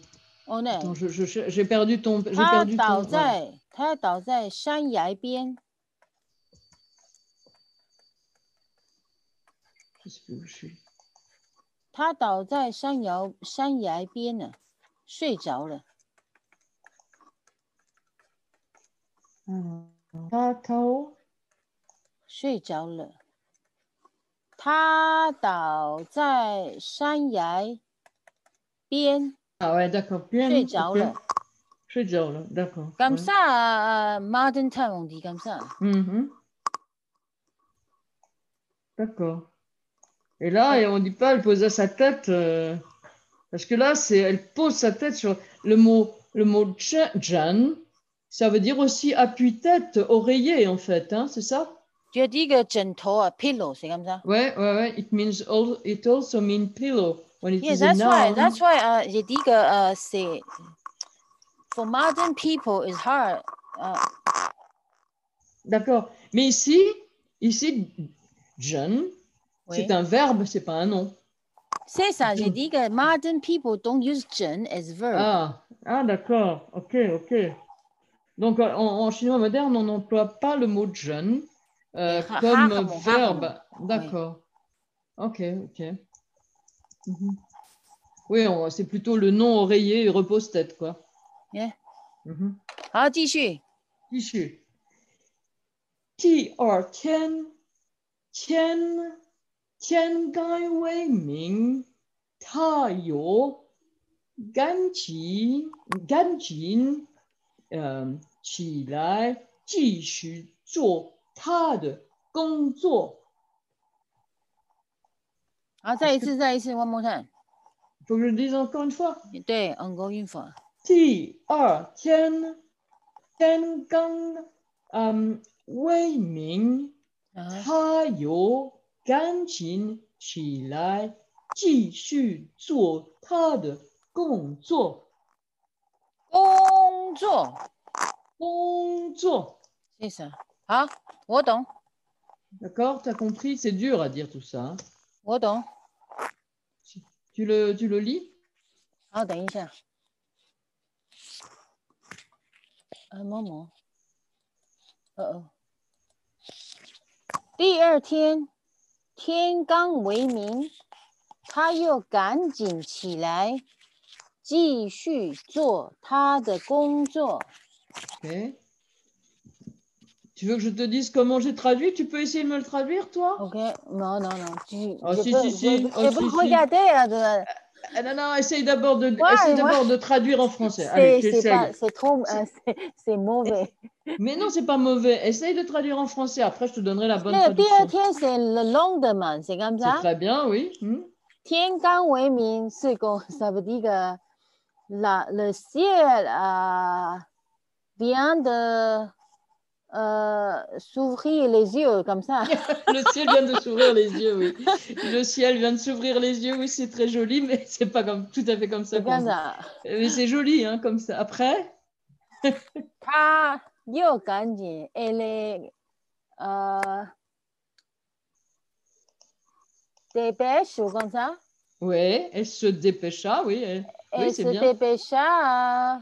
On est
Attends, je- je- je- j'ai perdu ton. J'ai
他
perdu
倒
ton. ouais.
在他倒在山崖边，
Je sais plus où je suis.
他倒在山崖山崖边呢，睡着了。
Ah, Tatao.
睡着了。他倒在山崖边
Ah ouais, d'accord. Bien.
睡着
ok.
了。
睡着了, d'accord.
Comme
ouais.
ça, euh, modern time, on dit comme ça.
Mhm. D'accord. Et là, et on ne dit pas, elle posa sa tête. euh, parce que là, c'est, elle pose sa tête sur le mot, le mot cha- jan. Ça veut dire aussi appuie-tête, oreiller en fait, hein, c'est ça
Je dis que 枕头啊，pillow，c'est comme ça.
Ouais, ouais, ouais. It means al- it also means pillow when it
Yeah,
is a
that's why,
noun.
that's why. Euh, je dis que euh, c'est for modern people is hard. Euh,
D'accord. Mais ici, ici, jan,
oui.
c'est un verbe, c'est pas un nom.
C'est ça. Je
Mm.
dis que modern people don't use 枕 as verb.
Ah, ah d'accord, ok, ok. Donc en, en chinois moderne, on n'emploie pas le mot jeune euh,
Eh, ra-
comme
rarement,
verbe. D'accord. Ok, ok. Mhm. Oui, on- c'est plutôt le nom oreiller et repose-tête, quoi.
Yeah.
Mhm.
好，继续。
继续。第二天，天天该为民，他有赶紧赶紧，嗯、起来继续做他的工作。
好，再一次，再一次，one more time。
faut que je le dise encore une fois.
对，encore une fois。
啊第二天，天刚，嗯，未明，
啊
他有感情起来，继续做他的工作，
工作，
工作。
谢谢。好，我懂，
D'accord T'as compris C'est dur à dire tout ça. hein.
我懂。
Tu le, tu le lis
好，等一下。啊，某某。哦哦。第二天，天刚为明，他又赶紧起来，继续做他的工作。
Ok. Tu veux que je te dise comment j'ai traduit Tu peux essayer de me le traduire, toi
OK，non non non，tu-
Ah,
je
si,
peux-
si,
je
si.
peux-
Ah,
je
si,
peux
si.
regarder, là, de-
Ah, Non, non, essaye d'abord de,
Ouais,
essaye
ouais.
d'abord de traduire en français. Allez,
c'est c'est
j'essaye.
pas- c'est trop, euh, c'est- c'est mauvais.
Mais non, c'est pas mauvais. Essaye de traduire en français. Après, je te donnerai la bonne
Mais hein. le
traduction.
第二天 c'est le lendemain, c'est comme
C'est
ça.
très bien, oui. Hmm.
Tian Gang Wei Min, c'est comme ça veut dire que la, le ciel euh, vient de euh, s'ouvrir les yeux comme ça.
Le ciel vient de s'ouvrir les yeux, oui. Le ciel vient de s'ouvrir les yeux, oui, c'est très joli, mais c'est pas comme, tout à fait comme ça.
C'est
qu'on
comme
dit.
ça.
Mais c'est joli, hein, comme ça. Après,
Ta yo ganjin, elle est euh, dépêche ou comme ça.
ouais, elle se dépêcha, oui. elle-
Elle
Oui,
se
c'est bien.
dépêcha à,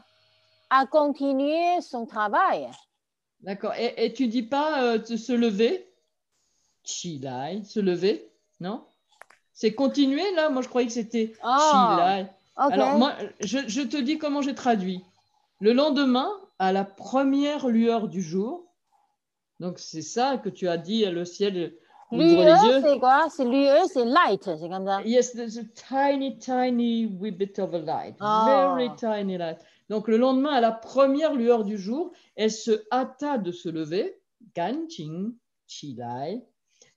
à continuer son travail.
D'accord. Et, et tu dis pas euh, de se lever Chilai, se lever, non C'est continuer là Moi je croyais que c'était
Ah,
chilai.
Ok.
Alors moi, je, je te dis comment j'ai traduit. Le lendemain, à la première lueur du jour, donc c'est ça que tu as dit, le ciel ouvre les
L'UE,
yeux.
c'est quoi C'est l'UE, c'est light, c'est comme ça.
Yes, there's a tiny, tiny wee bit of a light.
Ah.
Very tiny light. Donc, le lendemain, à la première lueur du jour, elle se hâta de se lever, ganqing, chilai,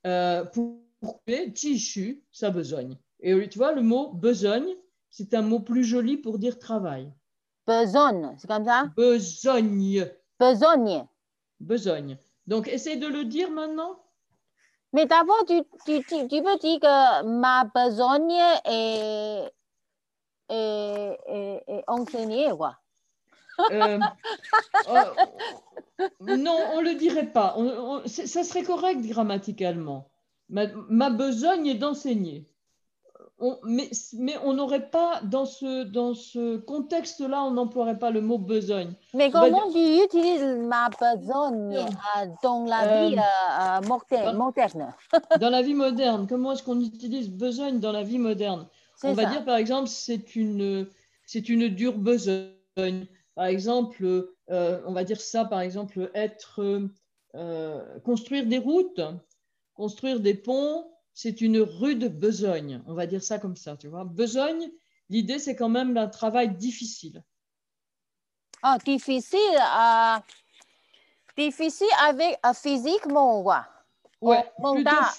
euh, pour pour couper, jishu, sa besogne. Et tu vois, le mot besogne, c'est un mot plus joli pour dire travail.
Besogne, c'est comme ça.
Besogne,
Besogne.
besogne. Donc, essaye de le dire maintenant.
Mais d'abord, tu, tu, tu, tu peux dire que ma besogne est, est, est, est enseignée, quoi.
Euh, euh, non, on ne le dirait pas. On- on- c'est- ça serait correct grammaticalement. Ma, ma besogne est d'enseigner. On- mais, mais on n'aurait pas, dans ce, dans ce contexte-là, on n'emploierait pas le mot besogne.
Mais
On va
comment tu utilises ma besogne euh, dans la
Euh,
vie euh,
bah,
euh, moderne, moderne
Dans la vie moderne, comment est-ce qu'on utilise besogne dans la vie moderne On
C'est
va
ça.
dire, par exemple, c'est une, c'est une dure besogne. Par exemple, euh, on va dire ça, par exemple, être, euh, euh, construire des routes, construire des ponts, c'est une rude besogne. On va dire ça comme ça, tu vois. Besogne, l'idée, c'est quand même un travail difficile.
Ah, difficile, euh, difficile avec, euh, physiquement, quoi.
Ouais,
Oh, mon
plutôt,
gars.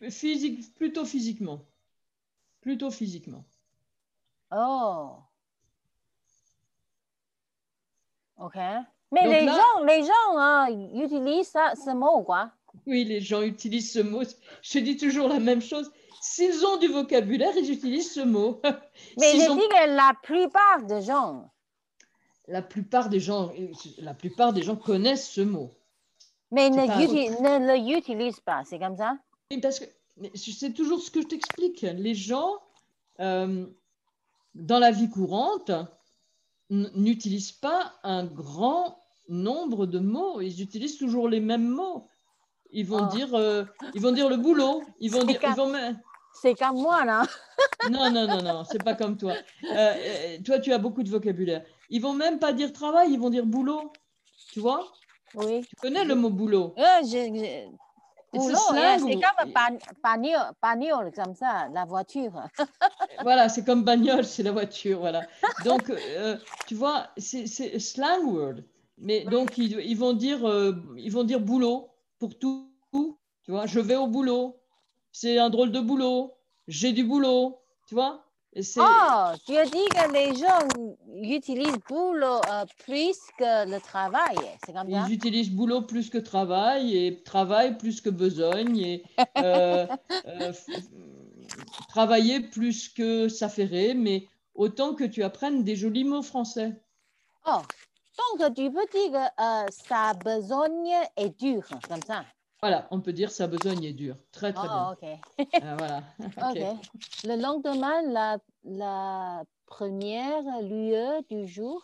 ph- physique, plutôt physiquement. Plutôt physiquement.
Oh. OK. Mais
Donc
les
là-
gens, les gens hein, utilisent ça, ce mot, quoi.
Oui, les gens utilisent ce mot. Je dis toujours la même chose. S'ils ont du vocabulaire, ils utilisent ce mot.
Mais
S'ils
je
ont-
dis que la plupart des gens,
La plupart des gens, euh, la plupart des gens connaissent ce mot.
mais
C'est
ne,
pas-
uti- ne le utilisent pas, c'est comme ça?
Et parce que mais c'est toujours ce que je t'explique. Les gens, euh, dans la vie courante, n- n'utilisent pas un grand nombre de mots. Ils utilisent toujours les mêmes mots. Ils vont
Oh.
dire, euh, ils vont dire le boulot. Ils vont
C'est
dire, ils
qu'un-
vont même-
C'est comme moi, là.
Non, non, non, non, c'est pas comme toi. Euh, euh, toi, tu as beaucoup de vocabulaire. Ils vont même pas dire travail, ils vont dire boulot. Tu vois
Oui.
Tu connais le mot boulot.
Euh, je- je-
Et
boulot,
ce
hein,
slang,
c'est
vous-
comme pan- bagnole, bagnole, comme ça, la voiture.
Voilà, c'est comme bagnole, c'est la voiture, voilà. Donc, euh, tu vois, c'est c'est slang word. Mais donc, ils, ils vont dire, euh, ils vont dire boulot pour tout. Tu vois, je vais au boulot. C'est un drôle de boulot. j'ai du boulot, tu vois Et c'est-
Oh, tu as dit que les gens utilisent boulot euh, plus que le travail. C'est comme ça?
Ils utilisent boulot plus que travail et travail plus que besogne et euh, euh, f- travailler plus que s'affairer, mais autant que tu apprennes des jolis mots français.
Oh, donc tu peux dire que euh, sa besogne est dure, comme ça.
Voilà, on peut dire sa besogne est dure. Très très
Oh,
bien.
ok.
Ah, voilà.
Ok. Le lendemain, la, la première lueur du jour,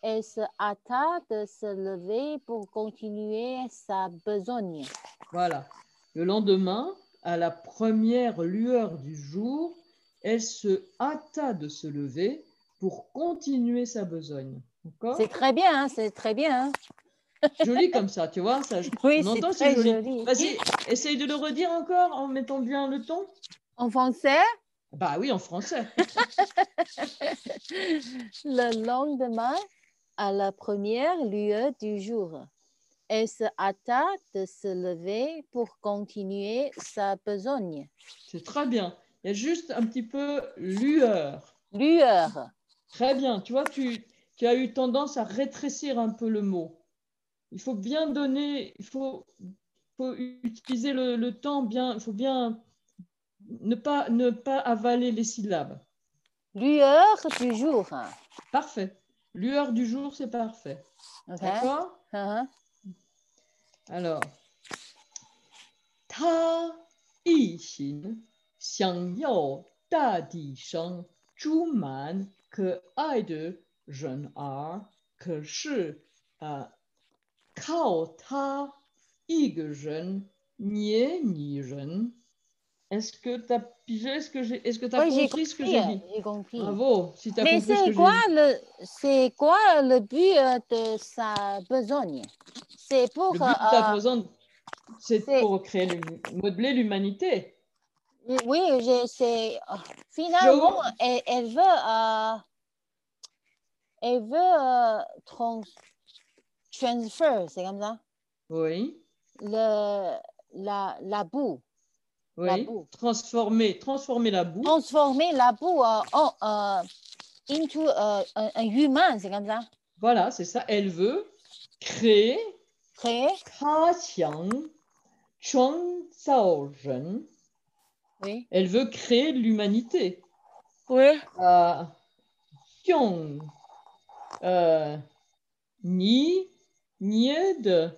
elle se hâta de se lever pour continuer sa besogne.
Voilà. Le lendemain, à la première lueur du jour, elle se hâta de se lever pour continuer sa besogne. D'accord
C'est très bien, hein, c'est très bien. hein.
Joli comme ça, tu vois ça, je-
Oui,
On
c'est
entend,
très
c'est joli.
joli.
Vas-y, essaye de le redire encore en mettant bien le ton.
En français,
Bah oui, en français.
le lendemain, à la première lueur du jour, elle se hâta de se lever pour continuer sa besogne.
C'est très bien. Il y a juste un petit peu lueur.
Lueur.
Très bien. Tu vois, tu, tu as eu tendance à rétrécir un peu le mot. Il faut bien donner, il faut, faut utiliser le, le temps bien, il faut bien ne pas, ne pas avaler les syllabes.
Lueur du jour. hein.
Parfait. Lueur du jour, c'est parfait.
Ok?
D'accord
Uh-huh.
Alors, ta yi xin xiang yao da di sheng zhu man ke ai de ren er ke shi euh, kao ta yi ge ren nie ni ren. Est-ce que tu as pigé Est-ce que j'ai est-ce que t'as
Oui, j'ai
compris ce que j'ai
Oui,
dit
j'ai compris.
Bravo, si tu as
Mais
compris ce que
c'est
j'ai
quoi,
dit.
le, c'est quoi le but euh, de sa besogne C'est pour
Le but de ta
euh,
présente, c'est
c'est-
pour créer, l'hum- modeler l'humanité.
euh, oui, je- c'est euh, finalement elle, elle veut euh, elle veut euh, trans, transfer, c'est comme ça,
Oui.
le la, la boue, La
Oui,
boue.
transformer, transformer la boue.
transformer la boue euh, en euh, into euh, un, un humain, c'est comme ça,
Voilà, c'est ça. Elle veut créer
créer,
Ta Xiang Chuang Zhao Ren.
oui,
Elle veut créer l'humanité.
oui,
Euh, Xiong, euh, Ni Nie de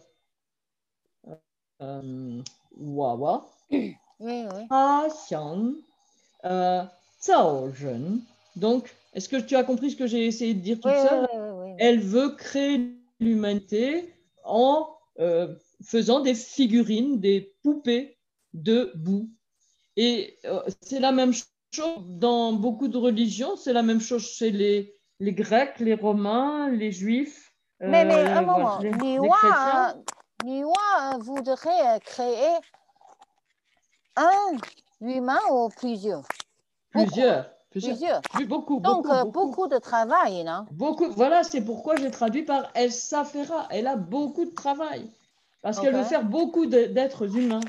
euh, Wawa.
oui, oui.
Ta Xiang euh, Zhao Ren. Donc, est-ce que tu as compris ce que j'ai essayé de dire tout
Oui, oui,
seul?
oui, oui, oui, oui.
elle veut créer l'humanité en euh, faisant des figurines, des poupées de boue. Et euh, c'est la même chose dans beaucoup de religions, c'est la même chose chez les, les Grecs, les Romains, les Juifs. euh,
Mais, mais un
voilà,
moment,
les- les
Niwa,
chrétiens.
euh, Niwa, euh, voudrait euh, créer un humain ou plusieurs
plusieurs, plusieurs,
Plusieurs.
plus- beaucoup,
Donc,
beaucoup,
euh,
beaucoup,
beaucoup de travail, non
beaucoup. Voilà, c'est pourquoi j'ai traduit par elle s'affaira. Elle a beaucoup de travail parce qu'elle
Ok.
veut faire beaucoup de- d'êtres humains.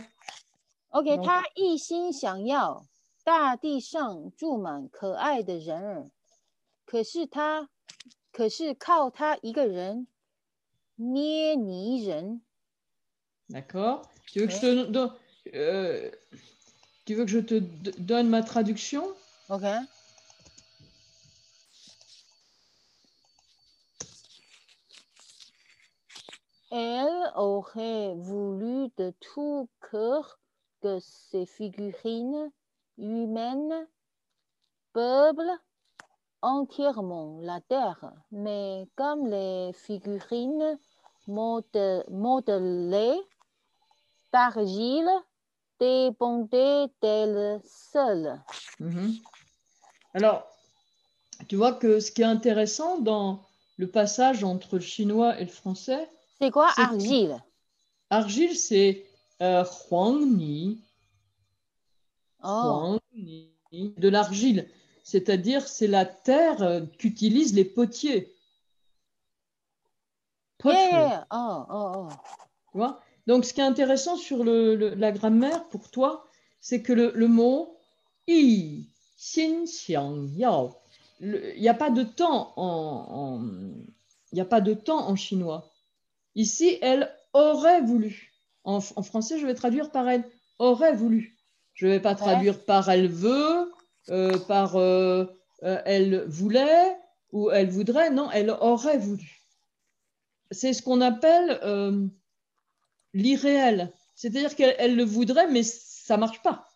OK,
Donc-
他一心想要大地上住满可爱的人儿，可是他，可是靠他一个人捏泥人。
D'accord Tu veux que je te donne. euh, tu veux que je te d- donne ma traduction
OK，Elle aurait voulu de tout cœur que ces figurines humaines peuplent entièrement la terre, mais comme les figurines mode- modelées d'argile dépendaient d'elles seules.
Mhm. Alors, tu vois que ce qui est intéressant dans le passage entre le chinois et le français,
C'est quoi
C'est-
argile?
argile, c'est euh, huang ni, huang
Oh,
ni, de l'argile. C'est-à-dire, c'est la terre euh, qu'utilisent les potiers. Pottery.
yeah, yeah, yeah. oh, oh, oh.
Tu vois Donc, ce qui est intéressant sur le- le- la grammaire pour toi, c'est que le, le mot yi, xin, xiang, yao. Le- Il n'y a pas de temps en, en- il n'y a pas de temps en chinois. Ici, elle aurait voulu. En, en français, je vais traduire par elle aurait voulu. Je ne vais pas traduire par elle veut, euh, par euh, euh, elle voulait ou elle voudrait. Non, elle aurait voulu. C'est ce qu'on appelle euh, l'irréel. C'est-à-dire qu'elle elle le voudrait, mais ça ne marche pas.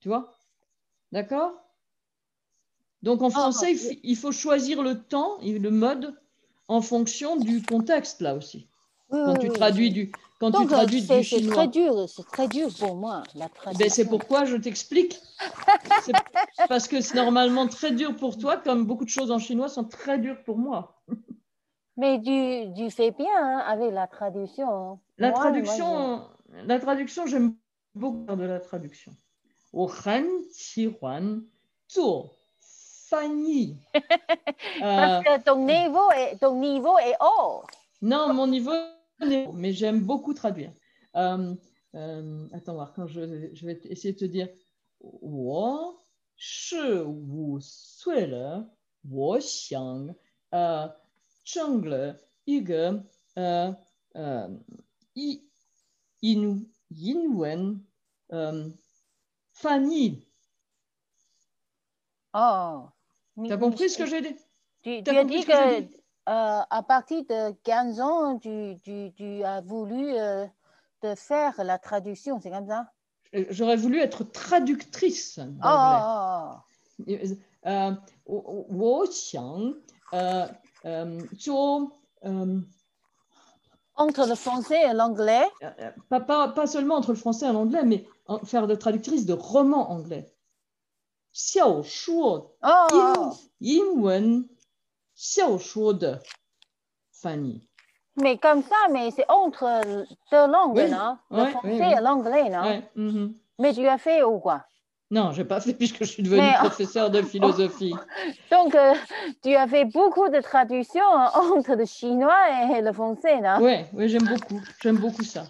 Tu vois D'accord Donc en
Ah,
français, il f- il faut choisir le temps, et le mode, en fonction du contexte, là aussi.
Oui,
Quand
oui,
tu
oui.
traduis du, quand tu
Donc, euh,
traduis
c'est-
du
c'est
chinois.
très dur, c'est très dur pour moi, la traduction.
Ben, c'est pourquoi je t'explique. C'est parce que c'est normalement très dur pour toi, comme beaucoup de choses en chinois sont très dures pour moi.
Mais tu, tu fais bien hein, avec la traduction. hein.
La
Moi, moi, je-
traduction, la traduction, j'aime beaucoup faire de la traduction. Au Han Qi Huan Zuo Fan Yi. Euh,
Parce que ton niveau est, ton niveau est haut.
non, mon niveau, est haut, mais j'aime beaucoup traduire. Euh, euh, attends, voir, quand je, je vais essayer de te dire. 我是五岁了，我想呃挣了一个呃呃一英英文嗯、翻译。
Oh.
T'as compris ce que j'ai dit
Tu,
t'as
tu as
compris
dit
ce que
que,
j'ai
euh, à partir de 15 ans, tu, tu, tu as voulu euh, te faire la traduction, c'est comme ça?
Euh, J'aurais voulu être traductrice
Oh,
d'anglais.
oh, oh.
Euh, 我我想呃嗯做嗯。
oh. Entre le français et l'anglais?
Euh, euh, pas, pas- pas seulement entre le français et l'anglais, mais en- faire de traductrice de romans anglais. Xiao shuo
Oh, oh.
in- yingwen xiao shuo de Fanny.
Mais comme ça, mais c'est entre deux langues,
Oui,
non?
ouais,
Le
oui,
français
oui.
et l'anglais, non?
Ouais, mhm.
Mais tu as fait ou quoi?
Non, j'ai pas fait puisque je suis devenue
Mais-
professeure de philosophie.
Donc, euh, tu as fait beaucoup de traductions hein, entre le chinois et le français, non?
Ouais, ouais, j'aime beaucoup, j'aime beaucoup ça.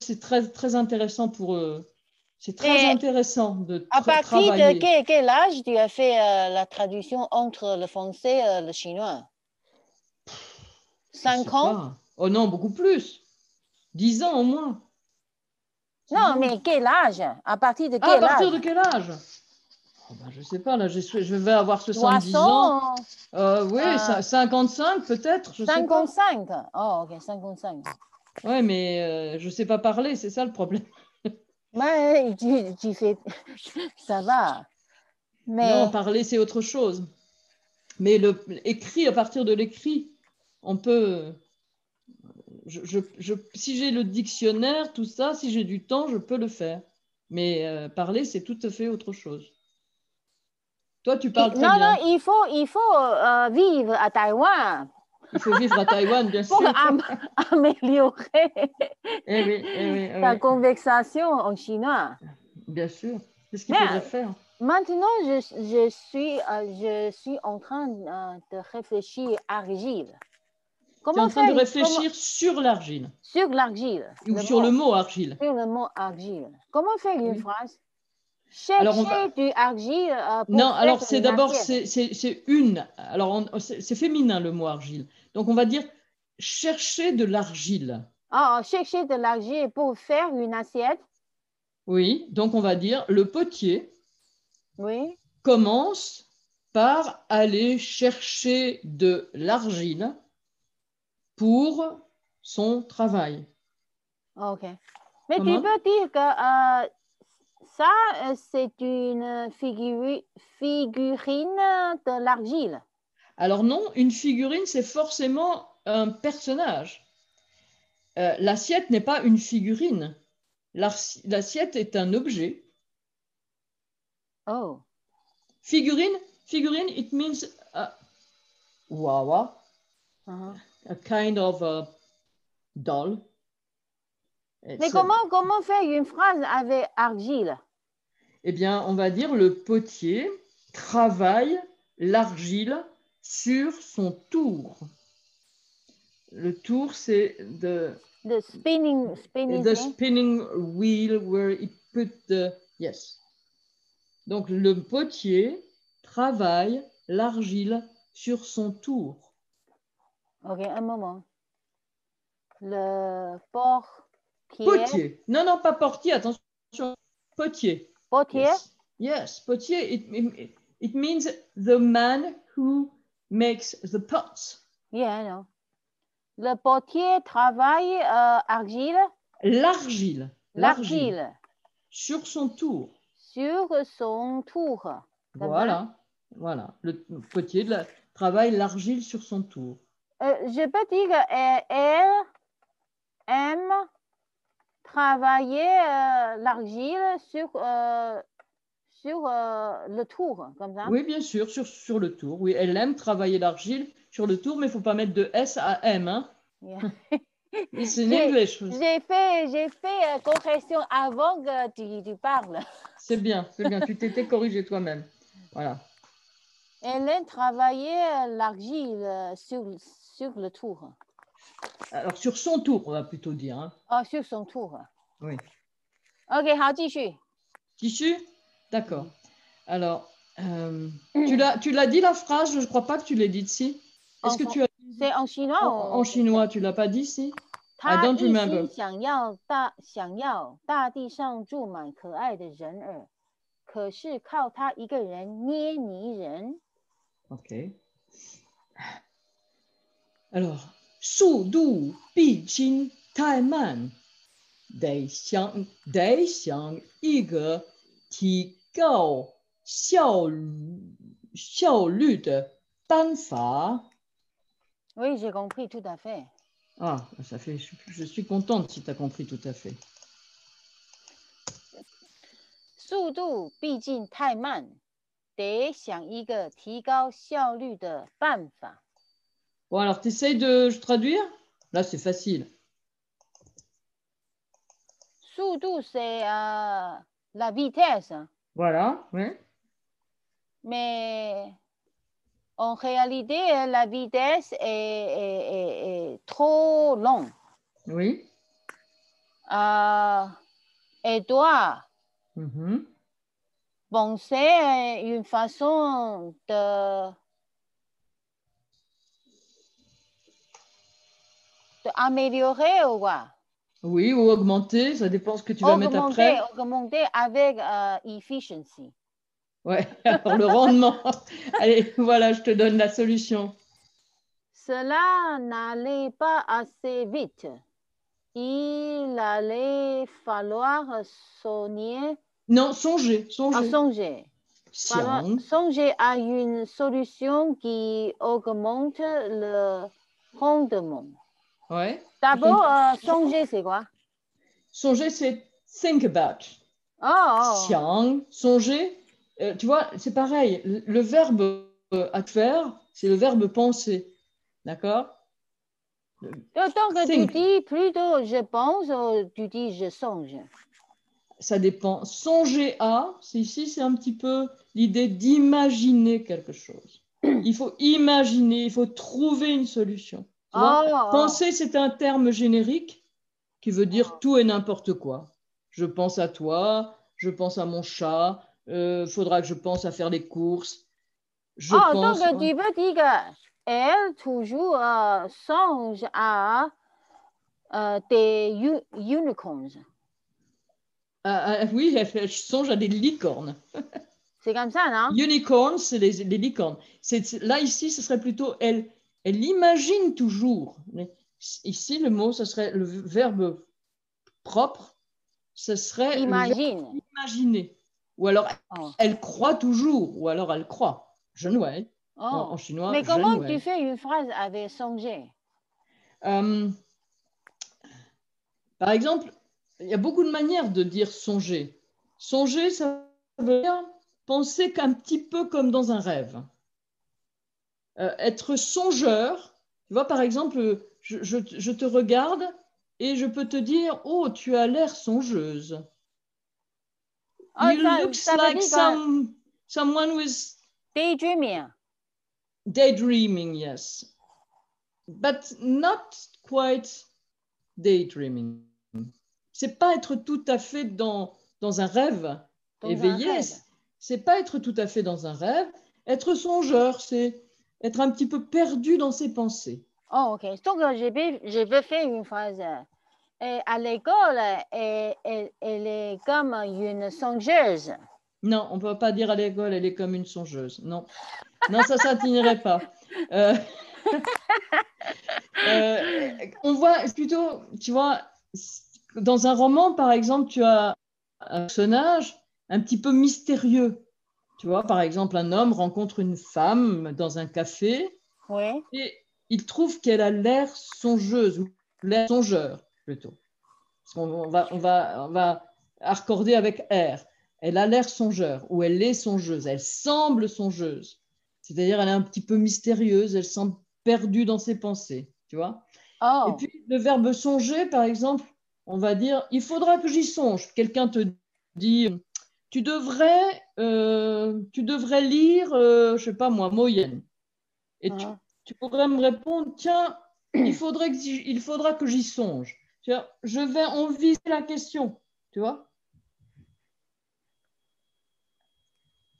C'est très très intéressant pour euh, c'est très
Et
intéressant de
À
tra-
partir
travailler.
de quel, quel âge tu as fait euh, la traduction entre le français et le chinois?
Je sais
Cinq ans?
pas. Oh non, beaucoup plus. Dix ans au moins.
Non,
Dix ans.
mais quel âge? À partir de
Ah, à
quel
partir
âge?
de quel âge Oh, ben, Je sais pas, là, je, suis- je vais avoir 70 ans.
300,
Euh, oui,
Ah.
cin- 55 peut-être, je sais pas.
55. Oh, ok, 55.
Ouais, mais euh, je sais pas parler, c'est ça le problème.
Mais tu, tu fais. Ça va. Mais.
Non, parler, c'est autre chose. Mais le écrit, à partir de l'écrit, on peut. Je, je- je- si j'ai le dictionnaire, tout ça, si j'ai du temps, je peux le faire. Mais euh, parler, c'est tout à fait autre chose. Toi, tu parles très
non,
bien.
non, il faut, il faut euh, vivre à Taïwan
Il faut vivre à Taïwan, bien sûr.
pour am- améliorer
Eh oui, eh oui, eh
ta
oui.
conversation en chinois.
Bien sûr. C'est ce qu'il
Mais- euh,
faudrait faire.
Maintenant, je, je suis, euh, je suis en train euh, de réfléchir à
Tu es
l'argile.
en
Comment
train de
faire-
réfléchir
comment-
sur l'argile
sur l'argile.
ou sur le mot argile.
sur le mot argile. Comment faire une
Oui.
phrase
Alors, on va-
Chercher du argile euh, pour
Non,
faire
alors c'est
une
d'abord
assiette.
c'est c'est- c'est une. Alors on- c'est c'est féminin le mot argile. Donc on va dire chercher de l'argile.
Ah, chercher de l'argile pour faire une assiette.
Oui. Donc on va dire le potier
Oui.
commence par aller chercher de l'argile pour son travail.
OK. Mais
Comment
tu peux dire que euh, ça, euh, c'est une figuri- figurine de l'argile.
Alors non, une figurine, c'est forcément un personnage. Euh, L'assiette n'est pas une figurine. L'arci- L'assiette est un objet.
Oh.
Figurine, figurine, it means a wawa,
Uh-huh.
a kind of a doll. It's
Mais
a-
comment, comment faire une phrase avec argile
Eh bien, on va dire le potier travaille l'argile sur son tour. Le tour, c'est de
The spinning, spinning
the
thing.
spinning wheel where it put the yes Donc le potier travaille l'argile sur son tour.
Ok, un moment. Le portier.
Potier. Non, non, pas portier, attention. Potier.
Potier.
Yes. Yes, potier, it, it, it means the man who makes the pots.
Yeah, I know. Le potier travaille euh, argile,
L'argile.
l'argile
Sur son tour.
sur son tour.
Voilà. Voilà. Le potier de la- travaille l'argile sur son tour.
Euh, je peux dire qu'elle elle aime travailler euh, l'argile sur, euh, sur euh, le tour, comme ça.
Oui, bien sûr, sur, sur le tour. Oui, elle aime travailler l'argile sur le tour, mais il ne faut pas mettre de S à M. Hein.
Yeah.
It's in
J'ai-
English.
J'ai fait, j'ai fait euh, correction avant que tu, tu parles.
C'est bien, c'est bien. Tu t'étais corrigé toi-même. Voilà.
Elle aime travailler euh, l'argile euh, sur, sur le tour.
Alors, sur son tour, on va plutôt dire. hein.
Ah, sur son tour.
Oui.
OK, 好，继续。
Tissu D'accord. Alors, euh, tu l'as tu l'as dit la phrase Je ne crois pas que tu l'aies dite, si. Est-ce que
Enfin,
tu as
C'est en chinois.
en,
ou-
en chinois, tu l'as pas dit, si
他
don't
一心
remember.
想要大想要大地上住满可爱的人儿，可是靠他一个人捏泥人。
Ok. Alors, Su Du Bi Jin Tai Man Dei Xiang Dei Xiang Ige Ti Gao Xiao Xiao Lu de Ban Fa.
Oui, j'ai compris tout à fait.
Ah, ça fait, je, je suis contente si tu as compris tout à fait.
速度毕竟太慢，得想一个提高效率的办法。
Bon, alors, tu essayes de je traduire Là, c'est facile.
速度 c'est euh, la vitesse,
Voilà. oui.
mais en réalité la vitesse est, est- est- est trop longue.
Oui.
Euh, et doit
Mhm.
penser à euh, une façon de, de améliorer ou quoi.
Oui, ou augmenter, ça dépend ce que tu vas mettre après.
Augmenter, augmenter avec euh, efficiency.
Ouais, alors le rendement. Allez, voilà, je te donne la solution.
Cela n'allait pas assez vite. Il allait falloir soigner,
Non, songer,
à
songer.
songer. Voilà,
Xiang.
songer à une solution qui augmente le rendement.
Ouais.
D'abord, euh, songer, c'est quoi
Songer, c'est think about.
Oh, oh.
Xiang, songer. Euh, tu vois, c'est pareil. Le, le verbe euh, à faire, c'est le verbe penser. D'accord
D'autant oh. que tu
think.
dis plutôt je pense ou tu dis je songe.
Ça dépend. Songer à, c'est ici, c'est un petit peu l'idée d'imaginer quelque chose. Il faut imaginer, il faut trouver une solution. Tu vois
Oh,
Penser, c'est un terme générique qui veut dire tout et n'importe quoi. Je pense à toi, je pense à mon chat, euh, faudra que je pense à faire les courses. Je
oh,
pense.
donc tu peux dire qu'elle toujours euh, songe à euh, des u- unicorns.
Ah, ah, oui, je songe à des licornes.
C'est comme ça, non
Unicorns, c'est les, les licornes. C'est- c'est- là, ici, ce serait plutôt elle, elle imagine toujours. Mais ici, le mot, ce serait le verbe propre, ce serait
Imagine.
imaginer. Ou alors,
Oh.
elle croit toujours, ou alors elle croit. Genouelle.
Oh.
En, en chinois,
Mais comment
Zhenwei.
tu fais une phrase avec songer
Euh, Par exemple, il y a beaucoup de manières de dire songer. Songer, ça veut dire penser qu'un petit peu comme dans un rêve. Euh, être songeur, tu vois, par exemple, je, je- je te regarde et je peux te dire Oh, tu as l'air songeuse.
Oh,
you
ça,
look
ça veut
like
dire que
some, someone with
daydreaming.
Daydreaming, yes. But not quite daydreaming. C'est pas être tout à fait dans, dans un rêve
dans un
éveillé,
rêve.
c'est- c'est pas être tout à fait dans un rêve. Être songeur, c'est être un petit peu perdu dans ses pensées.
Oh, ok. Donc, euh, je vais, je vais faire une phrase. Et à l'école, elle, elle- elle est comme une songeuse.
Non, on ne peut pas dire à l'école, elle est comme une songeuse. Non, non ça ne s'attirerait pas. Euh, euh, on voit plutôt, tu vois, dans un roman, par exemple, tu as un personnage un petit peu mystérieux. Tu vois, par exemple, un homme rencontre une femme dans un café
Oui.
et il trouve qu'elle a l'air songeuse, ou l'air songeur plutôt. Parce qu'on- on va, on, va, on va accorder avec R. Elle a l'air songeur, ou elle est songeuse, elle semble songeuse. C'est-à-dire, elle est un petit peu mystérieuse, elle semble perdue dans ses pensées, tu vois. Et
Oh,
puis, le verbe songer, par exemple, on va dire, il faudra que j'y songe. Quelqu'un te dit, tu devrais, euh, tu devrais lire, euh, je sais pas moi, Moyenne. Et tu,
hein.
tu pourrais me répondre tiens, il, faudrait que j'y- il faudra que j'y songe. Tu vois, Je vais, on vise la question, tu vois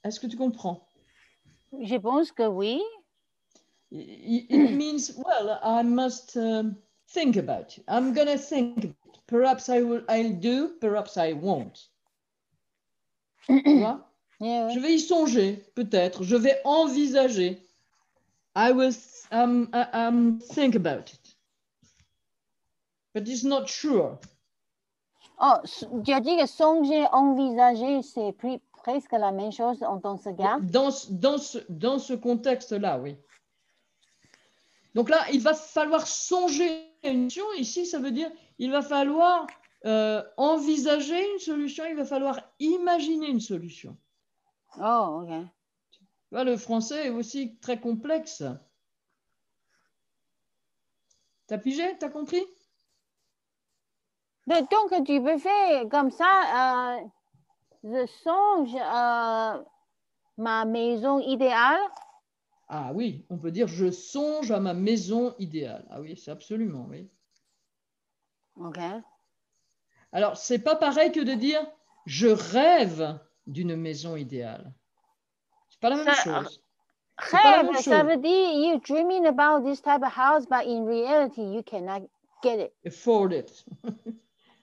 Est-ce que tu comprends
Uh-huh. je pense que oui.
It it means, well, I must um, think about it. I'm gonna think. about it. Perhaps I will, I'll do, perhaps I won't. Tu vois
Yeah, oui.
Je vais y songer, peut-être. Je vais envisager. I will um, I- um, think about it. But it's not sure.
Oh, s- tu as dit que songer, envisager, c'est pri- presque la même chose en dans ce cas.
Dans, ce- dans ce, dans ce contexte-là, oui. Donc là, il va falloir songer à une solution. Ici, ça veut dire il va falloir euh, envisager une solution, il va falloir imaginer une solution.
Oh, ok.
Tu vois, le français est aussi très complexe. T'as pigé T'as compris
Mais donc, tu peux faire comme ça. euh, je songe à ma maison idéale.
Ah oui, on peut dire je songe à ma maison idéale. Ah oui, c'est absolument, oui.
Ok.
Alors, c'est pas pareil que de dire je rêve d'une maison idéale. C'est pas la même
Ça-
chose. C'est pas la
Rêve,
même
ça
chose.
veut dire you dreaming about this type of house, but in reality, you cannot get it.
Afford it.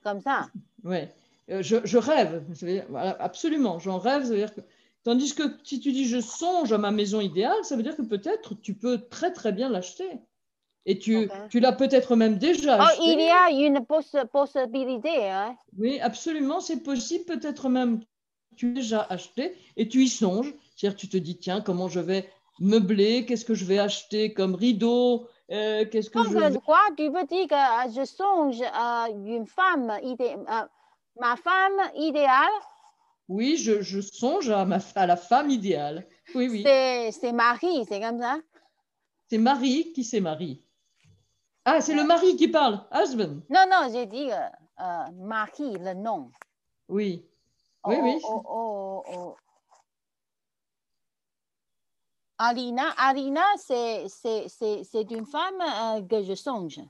Comme ça.
Ouais. Euh, Je, je rêve, ça veut dire- voilà, absolument, j'en rêve. Ça veut dire que... Tandis que si tu dis je songe à ma maison idéale, ça veut dire que peut-être tu peux très très bien l'acheter. Et tu,
Ok.
tu l'as peut-être même déjà
Oh,
acheté.
il y a une poss- possibilité. Hein?
Oui, absolument, c'est possible, peut-être même tu l'as déjà acheté et tu y songes. C'est-à-dire, tu te dis, tiens, comment je vais meubler, qu'est-ce que je vais acheter comme rideau, Euh, qu'est-ce que
Donc,
je vais...
euh, quoi, tu peux dire que euh, je songe à une femme idéale, ma femme idéale,
Oui, je, je songe à, ma, à la femme idéale. Oui, oui,
c'est c'est Marie, c'est comme ça?
c'est Marie qui s'est mariée. Ah, c'est le mari qui parle, husband.
Non, non, j'ai dit euh, euh, Marie, le nom.
Oui, Oui, oui.
Oh, oh, oh, oh. Alina, Alina, c'est c'est- c'est- c'est une femme euh, que je songe.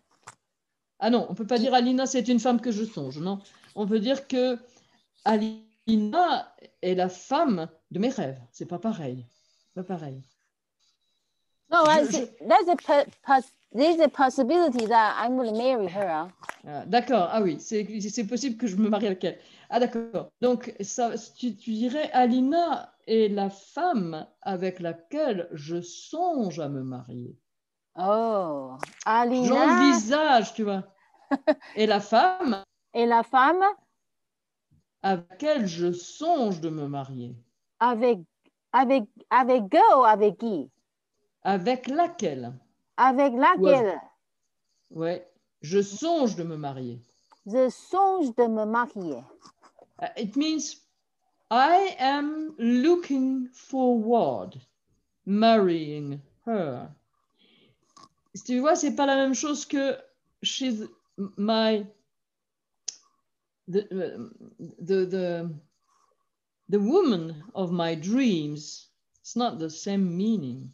Ah non, on ne peut pas dire Alina, c'est une femme que je songe, non. On peut dire que Alina est la femme de mes rêves. C'est pas pareil. Pas pareil.
No,
Je-
that's,
je-
that's a po- pos- there's a possibility that I'm going to marry her. hein.
Ah, d'accord, ah oui, c'est c'est possible que je me marie avec elle. Ah d'accord, donc ça, tu, tu dirais Alina est la femme avec laquelle je songe à me marier.
Oh, Alina
J'envisage, tu vois. Et la femme
est la femme
avec laquelle je songe de me marier.
avec, avec, avec eux ou avec qui?
Avec laquelle,
Avec laquelle
ouais, je songe de me marier.
je songe de me marier.
Uh, it means I am looking forward marrying her. Tu vois, c'est pas la même chose que she's my the, uh, the the the woman of my dreams. It's not the same meaning.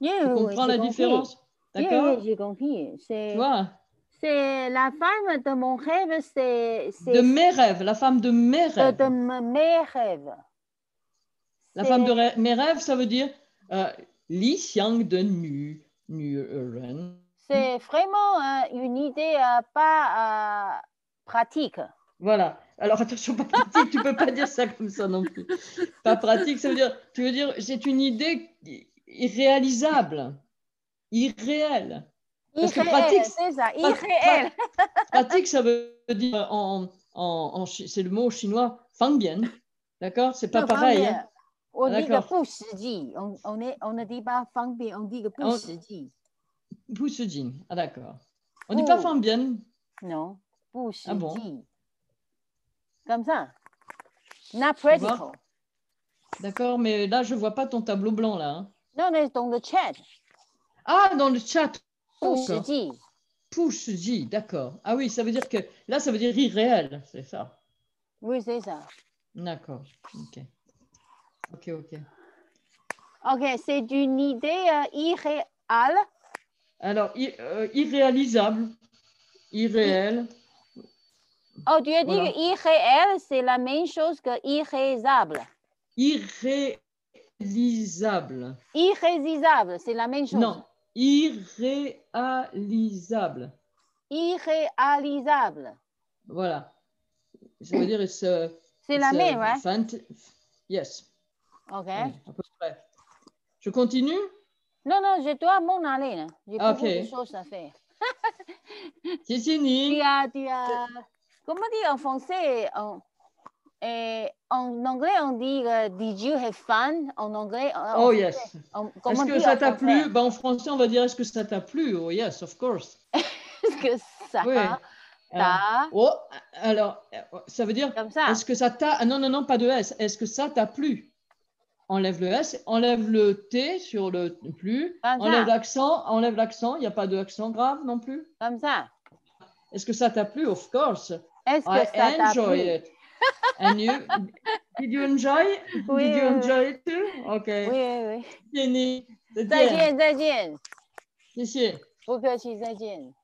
Yeah,
Tu
oui,
comprends
j'ai
la
compris.
différence
Oh, Yeah,
D'accord
yeah, j'ai compris.
Tu
C'est
vois
c'est la femme de mon rêve, c'est c'est
De mes rêves, la femme de mes
de,
rêves.
de m- mes rêves.
La femme de rê- mes rêves, ça veut dire euh, Li Xiang de Nu, Nu Ren.
C'est vraiment hein, une idée euh, pas euh, pratique.
Voilà. Alors attention, pas pratique, tu peux pas dire ça comme ça non plus. Pas pratique, ça veut dire, tu veux dire, c'est une idée irréalisable, irréelle. Parce que
Irréel,
pratique,
c'est ça,
pra-
irréel.
Pratique, ça veut dire en, en, en chi- c'est le mot chinois fanbian, d'accord C'est pas
Non,
pareil. hein.
方便。On
Ah,
dit que
d'accord.
不实际, on, on est- on ne dit pas 方便, on dit que
Ah, on-
不实际.
Boussoudjin. Ah d'accord. On dit pas
Oh.
fanbian.
Non,
Ah bon?
不实际. Comme ça. Not
vois?
practical.
D'accord, mais là je vois pas ton tableau blanc là. hein.
Non, mais dans le chat,
Ah dans le chat. Oh,
不实际.
Poussji, d'accord. Ah oui, ça veut dire que là ça veut dire irréel, c'est ça.
Oui, c'est ça.
D'accord. Ok. Ok, ok.
Ok, c'est une idée euh, irréelle.
Alors i- euh, irréalisable, irréel.
Oh, tu as dit
Voilà.
que irréel, c'est la même chose que irréalisable.
irréalisable.
Irréalisable, c'est la même chose.
Non, irréalisable.
Irréalisable.
Voilà. Ça veut dire it's, uh,
C'est la
it's, uh,
même, ouais.
fant- Yes.
OK.
Oui, à peu près. Je continue
Non, non, je dois m'en aller. là. J'ai
Ah,
beaucoup de
ok.
choses à faire.
C'est
Tu
fini.
as, tu as... Comment dire en français en... eh, en anglais, on dit euh, Did you have fun? En anglais, en-
Oh yes.
en- comment
Est-ce que
dire
ça
en
t'a
français?
plu Ben, En français, on va dire est-ce que ça t'a plu Oh yes, of course.
Est-ce que ça
Oui. Alors,
t'a-
oh, alors, euh, ça veut dire
Comme ça.
est-ce que ça t'a. ah, Non, non, non, pas de S. Est-ce que ça t'a plu Enlève le S, enlève le T sur le plus,
Comme ça.
enlève l'accent, enlève l'accent, il n'y a pas d'accent grave non plus.
Comme ça.
Est-ce que ça t'a plu? Of course.
Est-ce que
I
ça t'a
enjoy
plu?
it. And you? Did you enjoy? Did
Oui,
you
oui, oui.
enjoy it too? Okay.
Oui, oui, oui.
谢谢你，再见，
再见，再见，
谢谢。
不客气，再见。